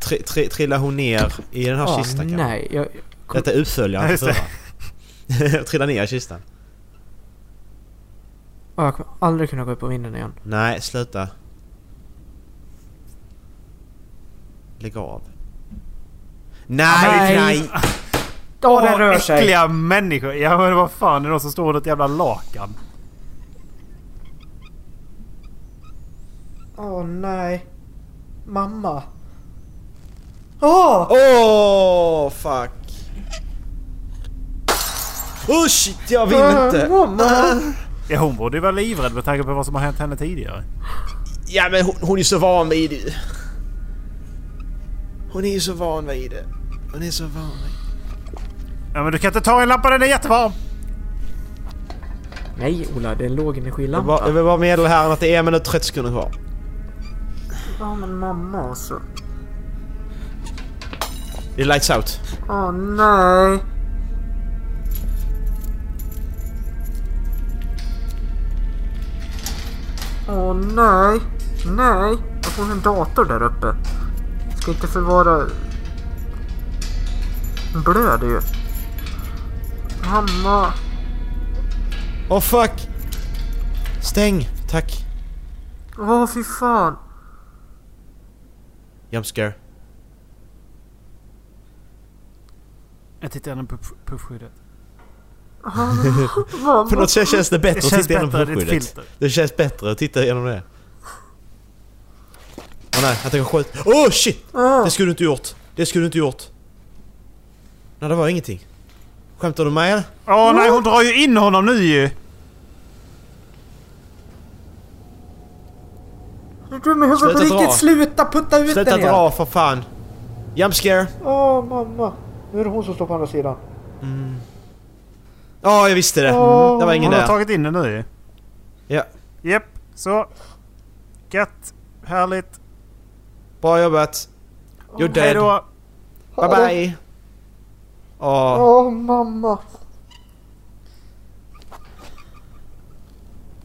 tri, tri, trillar hon ner i den här
Ah,
kistan kanske?
nej, jag, kom-
Detta är uppföljaren
Ja,
till
just det.
förra. Trillar ner i kistan.
ah, jag kommer aldrig kunna gå upp på vinden igen.
Nej, sluta. Lägg av. Nej,
Nej.
nej!
Åh,
Åh,
den rör sig!
äckliga människor! Ja men vad fan, det är någon som står under ett jävla lakan.
Åh nej. Mamma. Åh!
Åh, fuck! Oh shit, jag vill inte!
Mamma!
Ja, hon borde ju vara livrädd med tanke på vad som har hänt henne tidigare.
Ja men hon, hon är så van vid det Hon är ju så van vid det. Hon är så van vid
Ja men du kan inte ta en lampa, den är jättevarm!
Nej Ola, det är
jag,
en
bara, jag
lågenergilampa.
vill bara meddela här att det är en minut och 30 sekunder kvar.
Ja men mamma alltså.
Det är lights out.
Åh nej. Åh nej. Nej. Jag får en dator där uppe. Ska inte förvara... Blöder ju. Mamma.
Åh fuck! Stäng! Tack.
Åh fy fan.
Jump scare.
Jag tittar gärna på puff- puffskyddet.
På något sätt känns det bättre
Det
att
känns
titta genom
bättre, det är ett
puffskyddet.
filter.
Det känns bättre att titta genom det. Åh nej, jag tänker skjuta. Åh oh, shit!
Ah.
Det skulle du inte gjort. Det skulle du inte gjort. Nej, det var ingenting. Skämtar du med mig eller?
Åh nej, hon drar ju in honom nu ju!
Du är dum i huvudet på
Sluta dra.
riktigt. Sluta putta ut
Sluta
den igen.
dra för fan! Jump scare!
Åh mamma. Nu är det hon som står på andra sidan.
Ja, jag visste det. Det var ingen
Hon har
där.
tagit in den nu ju.
Ja.
Japp, så. Gött. Härligt.
Bra jobbat. You're
Hej
dead.
då.
Bye bye. Åh.
Åh mamma.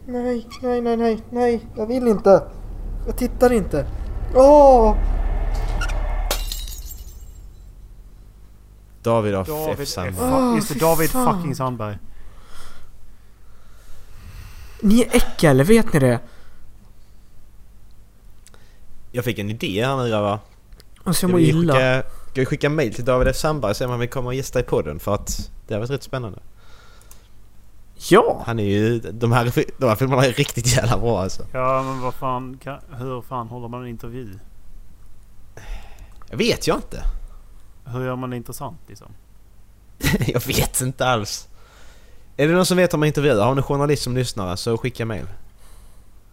Nej, nej, nej, nej, nej. Jag vill inte. Jag tittar inte. Åh!
David av
David
F.
F.
Sandberg.
Just
fy
det, David
fan.
fucking Sandberg.
Ni är äckel, vet ni det?
Jag fick en idé här nu grabbar.
Alltså jag
Ska
mår
vi
illa.
skicka, ska vi skicka mail till David F. Sandberg och se om han vill komma och gästa i podden? För att det har varit rätt spännande.
Ja!
Han är ju... De här, fi- de här filmerna är riktigt jävla bra alltså.
Ja men vad fan, kan, hur fan håller man en intervju?
Jag vet jag inte.
Hur gör man det intressant liksom?
jag vet inte alls. Är det någon som vet om man intervjuar? Har ni en journalist som lyssnar så skicka mail.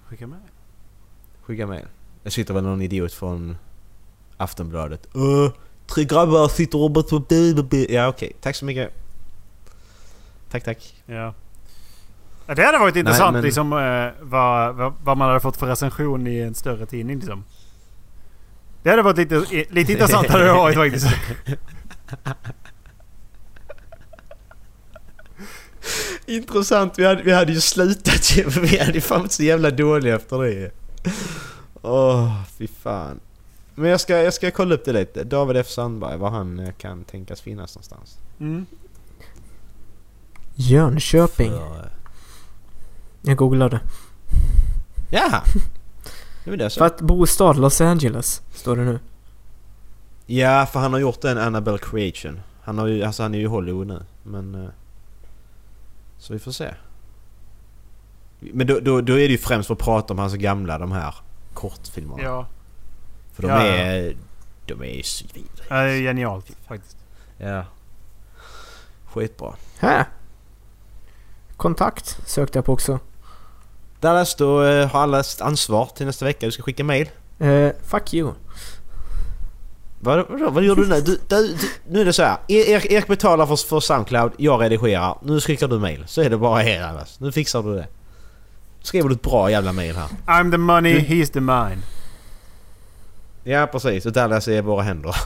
Skicka med.
Skicka mail. Det sitter väl någon idiot från Aftonbladet. Öh, tre grabbar sitter och... Ja okej, tack så mycket. Tack tack.
Ja. Ja, Det hade varit intressant
men-
liksom, eh, vad, vad, vad man hade fått för recension i en större tidning. Liksom. Det hade varit lite, i- lite intressant hade det varit faktiskt.
Intressant, vi hade, vi hade ju slutat ju. Vi hade ju fan varit så jävla dåliga efter det. Åh, fy fan. Men jag ska, jag ska kolla upp det lite. David F Sandberg, var han eh, kan tänkas finnas någonstans.
Mm.
Jönköping.
eh.
Jag googlade.
Jaha! Det var det
För
så.
att bostad Los Angeles, står det nu.
Ja, för han har gjort en Annabelle Creation. Han, har ju, alltså, han är ju i Hollywood nu, men... eh, Så vi får se. Men då, då, då är det ju främst för att prata om hans gamla, de här kortfilmerna.
Ja.
För de
Ja, ja.
är... De är ju svinvidriga.
Ja, Det är genialt faktiskt.
Ja. Skitbra.
Här! Kontakt sökte jag på också.
Dallas, då eh, har alla ett ansvar till nästa vecka. Du ska skicka mail.
Eh, fuck you.
Vad, vadå? vad gör du nu? Du, du, du, nu är det så här. E- Erik, Erik betalar för, för Soundcloud, jag redigerar. Nu skickar du mail. Så är det bara här annars. Nu fixar du det. Skriver du ett bra jävla mail här.
I'm the money, he's the mine.
Ja, precis. Och Dallas är i våra händer.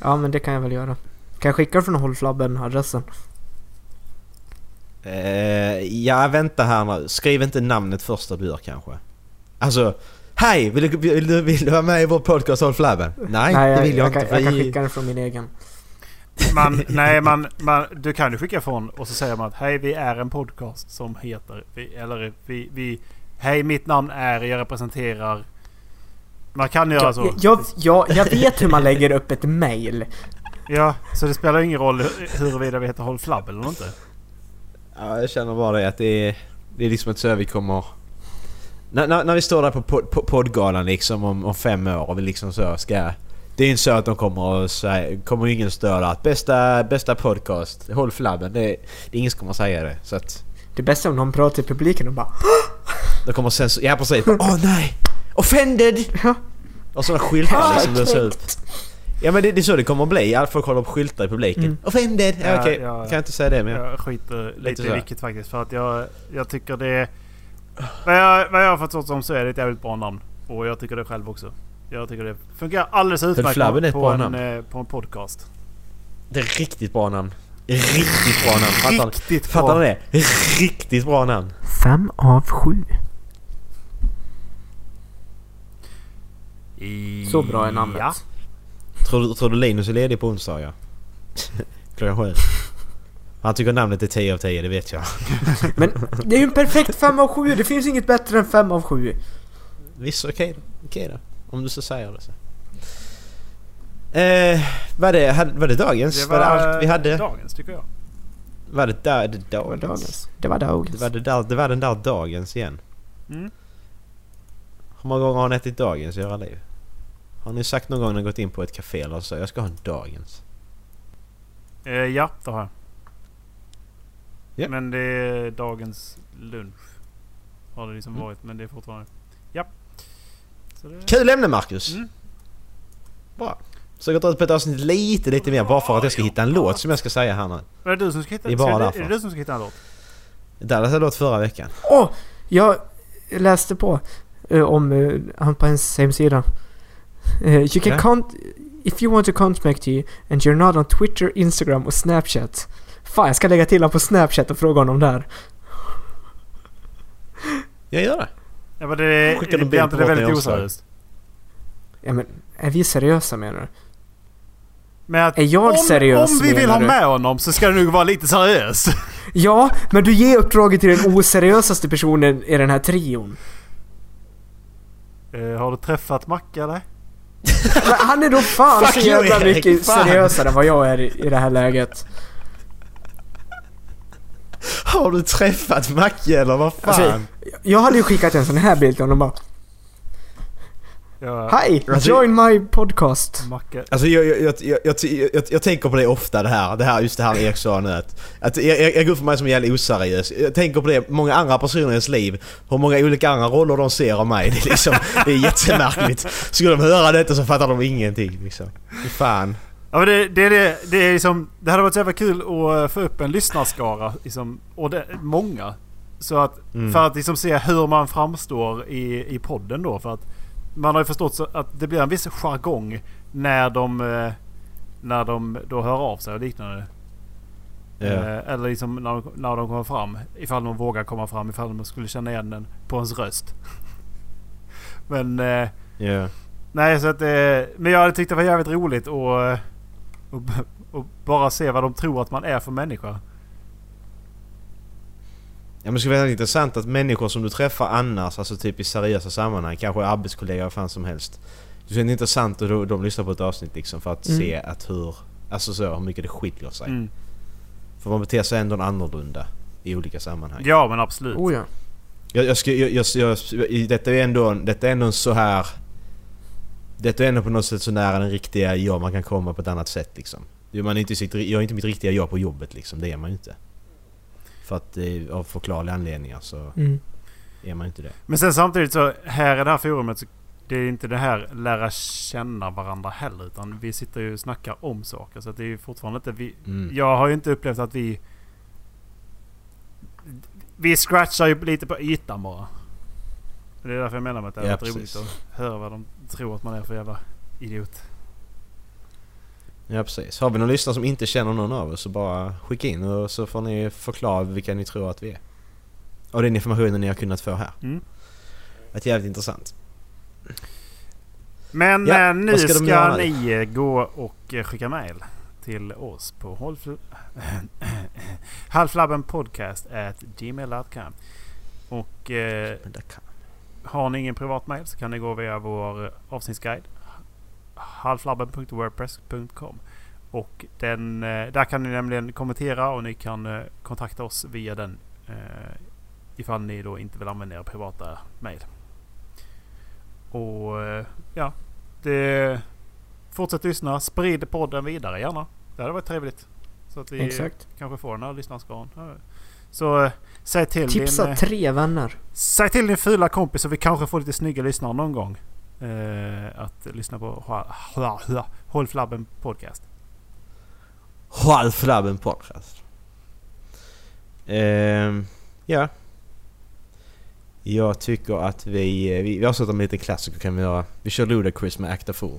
Ja men det kan jag väl göra. Kan jag skicka från hållflabben adressen?
Eh, ja, vänta här nu. Skriv inte namnet första du gör kanske. Alltså, hej! Vill du, vill du, vill du vara med i vår podcast Håll Flabben? Nej, det vill jag, inte.
jag, Kan, jag
för
kan
i-
skicka den från min egen.
Man, nej, man, man, du kan ju skicka från och så säger man att hej, vi är en podcast som heter... Vi, eller vi, vi... Hej, mitt namn är... Jag representerar... Man kan göra så.
Jag, jag, jag, jag vet hur man lägger upp ett mail.
Ja, så det spelar ingen roll hur- huruvida vi heter Håll Flabb eller inte.
Ja, jag känner bara det att det är, det är liksom inte så här vi kommer... När, när, när vi står där på pod, pod, poddgalan liksom om, om fem år och vi liksom så ska... Det är inte så att de kommer och säga, kommer ju ingen störa att bästa, bästa podcast, håll flabben. Det, är- det är ingen som kommer säga det. Så att
Det bästa är om någon pratar till publiken och bara
de kommer sen så, ja precis, bara, åh nej! Offended!
Ja.
Och sådana skyltar som det ser ut. Ja men det, det är så det kommer bli, alla folk håller upp skyltar i publiken.
Mm.
Offended! Ja,
Ja,
okej,
ja, ja.
kan jag inte säga det men...
Jag skiter lite i
så.
vilket faktiskt. För att jag, jag tycker det... Vad jag, vad jag har förstått som så är det ett jävligt bra namn. Och jag tycker det själv också. Jag tycker det funkar alldeles utmärkt
Flabben är
på,
ett
på,
bra
en,
namn.
eh, på en podcast.
Det är riktigt bra namn. Riktigt bra namn. Fattar ni?
Riktigt
Fattar
bra.
ni det? Riktigt bra namn.
Fem av sju. Så bra är namnet.
Ja.
Tror, du- tror du Linus är ledig på onsdag ja? Klockan sju. Han tycker namnet är 10 av 10, det vet jag.
Men det är ju en perfekt fem av sju. Det finns inget bättre än fem av sju.
Visst, okej då. Okej då. Om du så säger det så. Eh, var, det, hade- var det dagens?
Det
var, det allt vi hade?
dagens tycker jag.
Var det, da, det
Det var
dagens?
dagens. Det var
Det, var
dagens.
det, där, det var den där dagens igen.
Mm.
Hur många gånger har ni ätit dagens i era liv? Har ni sagt någon gång när ni gått in på ett café eller så? Jag ska ha en dagens.
Eh, ja, det har jag.
Ja.
Men det är dagens lunch. Har det liksom
Mm.
varit. Men det är fortfarande... Ja. Så det...
Kul ämne Marcus!
Mm.
Bra. Så jag har gått ut på ett avsnitt lite, lite mer bara för att jag ska hitta en låt som jag ska säga här nu.
Är det du som ska hitta,
Det är bara
ska,
därför.
är det du som ska hitta en låt?
Dallas hade låt förra veckan.
Åh! jag läste på eh, om eh, han på hans hemsida. Eh, you can
Ja.
con- If you want to contact you and you're not on Twitter, Instagram och Snapchat. Fan, jag ska lägga till honom på Snapchat och fråga honom där.
Jag gör det.
Ja, men det,
Skicka
det,
en
blir
bild
inte
på
det
vårt
väldigt
omslag.
oseriöst.
Ja, men är vi seriösa menar du?
Men att,
Är jag
om,
seriös,
Om vi vill
menar
ha
du?
med honom så ska det nog vara lite seriöst.
Ja, men du ger uppdraget till den oseriösaste personen i den här trion.
Eh, har du träffat Macke eller?
Men han är då fan så
Fuck you,
jävla
Erik,
mycket
fan.
seriösare än vad jag är i i det här läget.
Har du träffat Macke eller vad fan?
Alltså, Jag hade ju skickat en sån här bild till honom bara.
Jag,
Hi!
Alltså-
Join my podcast!
Macke,
Alltså jag, jag, jag, jag, jag, jag, jag tänker på det ofta det här, det här just det här Erik sa nu att, att jag, jag, jag går upp för mig som jävligt oseriös. Jag tänker på det, många andra personer i ens liv, hur många olika andra roller de ser av mig. Det är liksom, det är jättemärkligt. Skulle de höra detta så fattar de ingenting liksom. Fy fan.
Ja, men det, det, det, det är liksom, det hade varit så jävla kul att eh, få upp en lyssnarskara. Liksom, och det, många. Så att, För att liksom se hur man framstår i, i podden då. För att man har ju förstått så att det blir en viss jargong när de, eh, när de då hör av sig och liknande.
Ja.
Eh, Eller liksom när, de- när de kommer fram. Ifall de vågar komma fram. Ifall de skulle känna igen den på ens röst. Men... Eh,
Ja.
Nej, så att, eh, men jag hade tyckt det var jävligt roligt och, eh, och, b- och bara se vad de tror att man är för människa.
Ja, men det skulle vara intressant att människor som du träffar annars, alltså typ i seriösa sammanhang, kanske arbetskollegor eller fan som helst. Det skulle vara intressant att de, de lyssnar på ett avsnitt liksom för att
Mm.
se att hur, alltså så, hur mycket det skiljer sig.
Mm.
För man beter sig ändå annorlunda i olika sammanhang.
Ja, men absolut.
Oh ja.
Jag, jag, skulle- jag, jag, jag, i- detta är ändå en, detta är ändå en så här... Detta är ändå på något sätt så nära den riktiga jag man kan komma på ett annat sätt liksom. Det är Man är inte sitt, jag är inte mitt riktiga jag på jobbet liksom, det är man ju inte. För att eh, av förklarliga anledningar så
Mm.
är man ju inte det.
Men sen samtidigt så här i det här forumet så det är inte det här lära känna varandra heller. Utan vi sitter ju och snackar om saker. Så att det är ju fortfarande inte vi.
Mm.
Jag har ju inte upplevt att vi... Vi scratchar ju lite på ytan bara. Det är därför jag menar med att det är
Ja,
varit roligt
precis.
att höra vad de tror att man är för jävla idiot.
Ja precis. Har vi någon lyssnare som inte känner någon av oss så bara skicka in och så får ni förklara vilka ni tror att vi är. Och den informationen ni har kunnat få här.
Mm.
Det är jävligt intressant.
Men
Ja,
eh, nu
vad ska
ska,
de göra nu?
ni eh, gå och eh, skicka mail till oss på hållfl- halflabbenpodcast at gmail.com. Och eh,
Men det kan-
har ni ingen privat mail så kan ni gå via vår eh, avsnittsguide halflabben.wordpress.com och den, eh, där kan ni nämligen kommentera och ni kan eh, kontakta oss via den eh, ifall ni då inte vill använda era privata mail. Och eh, ja, det, fortsätt lyssna. Sprid podden vidare gärna. Det hade varit trevligt. Så att vi
Exakt.
kanske får den här lyssnarskaran. Ja. Så eh, säg till din...
Tipsa
eh,
tre vänner.
Säg till din fula kompis så vi kanske får lite snygga lyssnare någon gång. Eh, att lyssna på ha- ha- ha- Håll Flabben Podcast.
Halflabben podcast. Ehm, ja. Jag tycker att vi, eh, vi, vi avslutar med lite klassiker kan vi göra. Vi kör Ludacris med Act a Fool.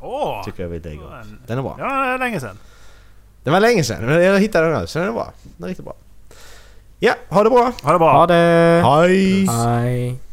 Åh!
Tycker jag vi lägger.
den-
Den är bra.
det var länge sedan.
Den var länge sedan men jag hittade den nu så den är bra. Den är riktigt bra. Ja, ha det bra!
Ha det bra.
Ha det!
Hej!
Hej.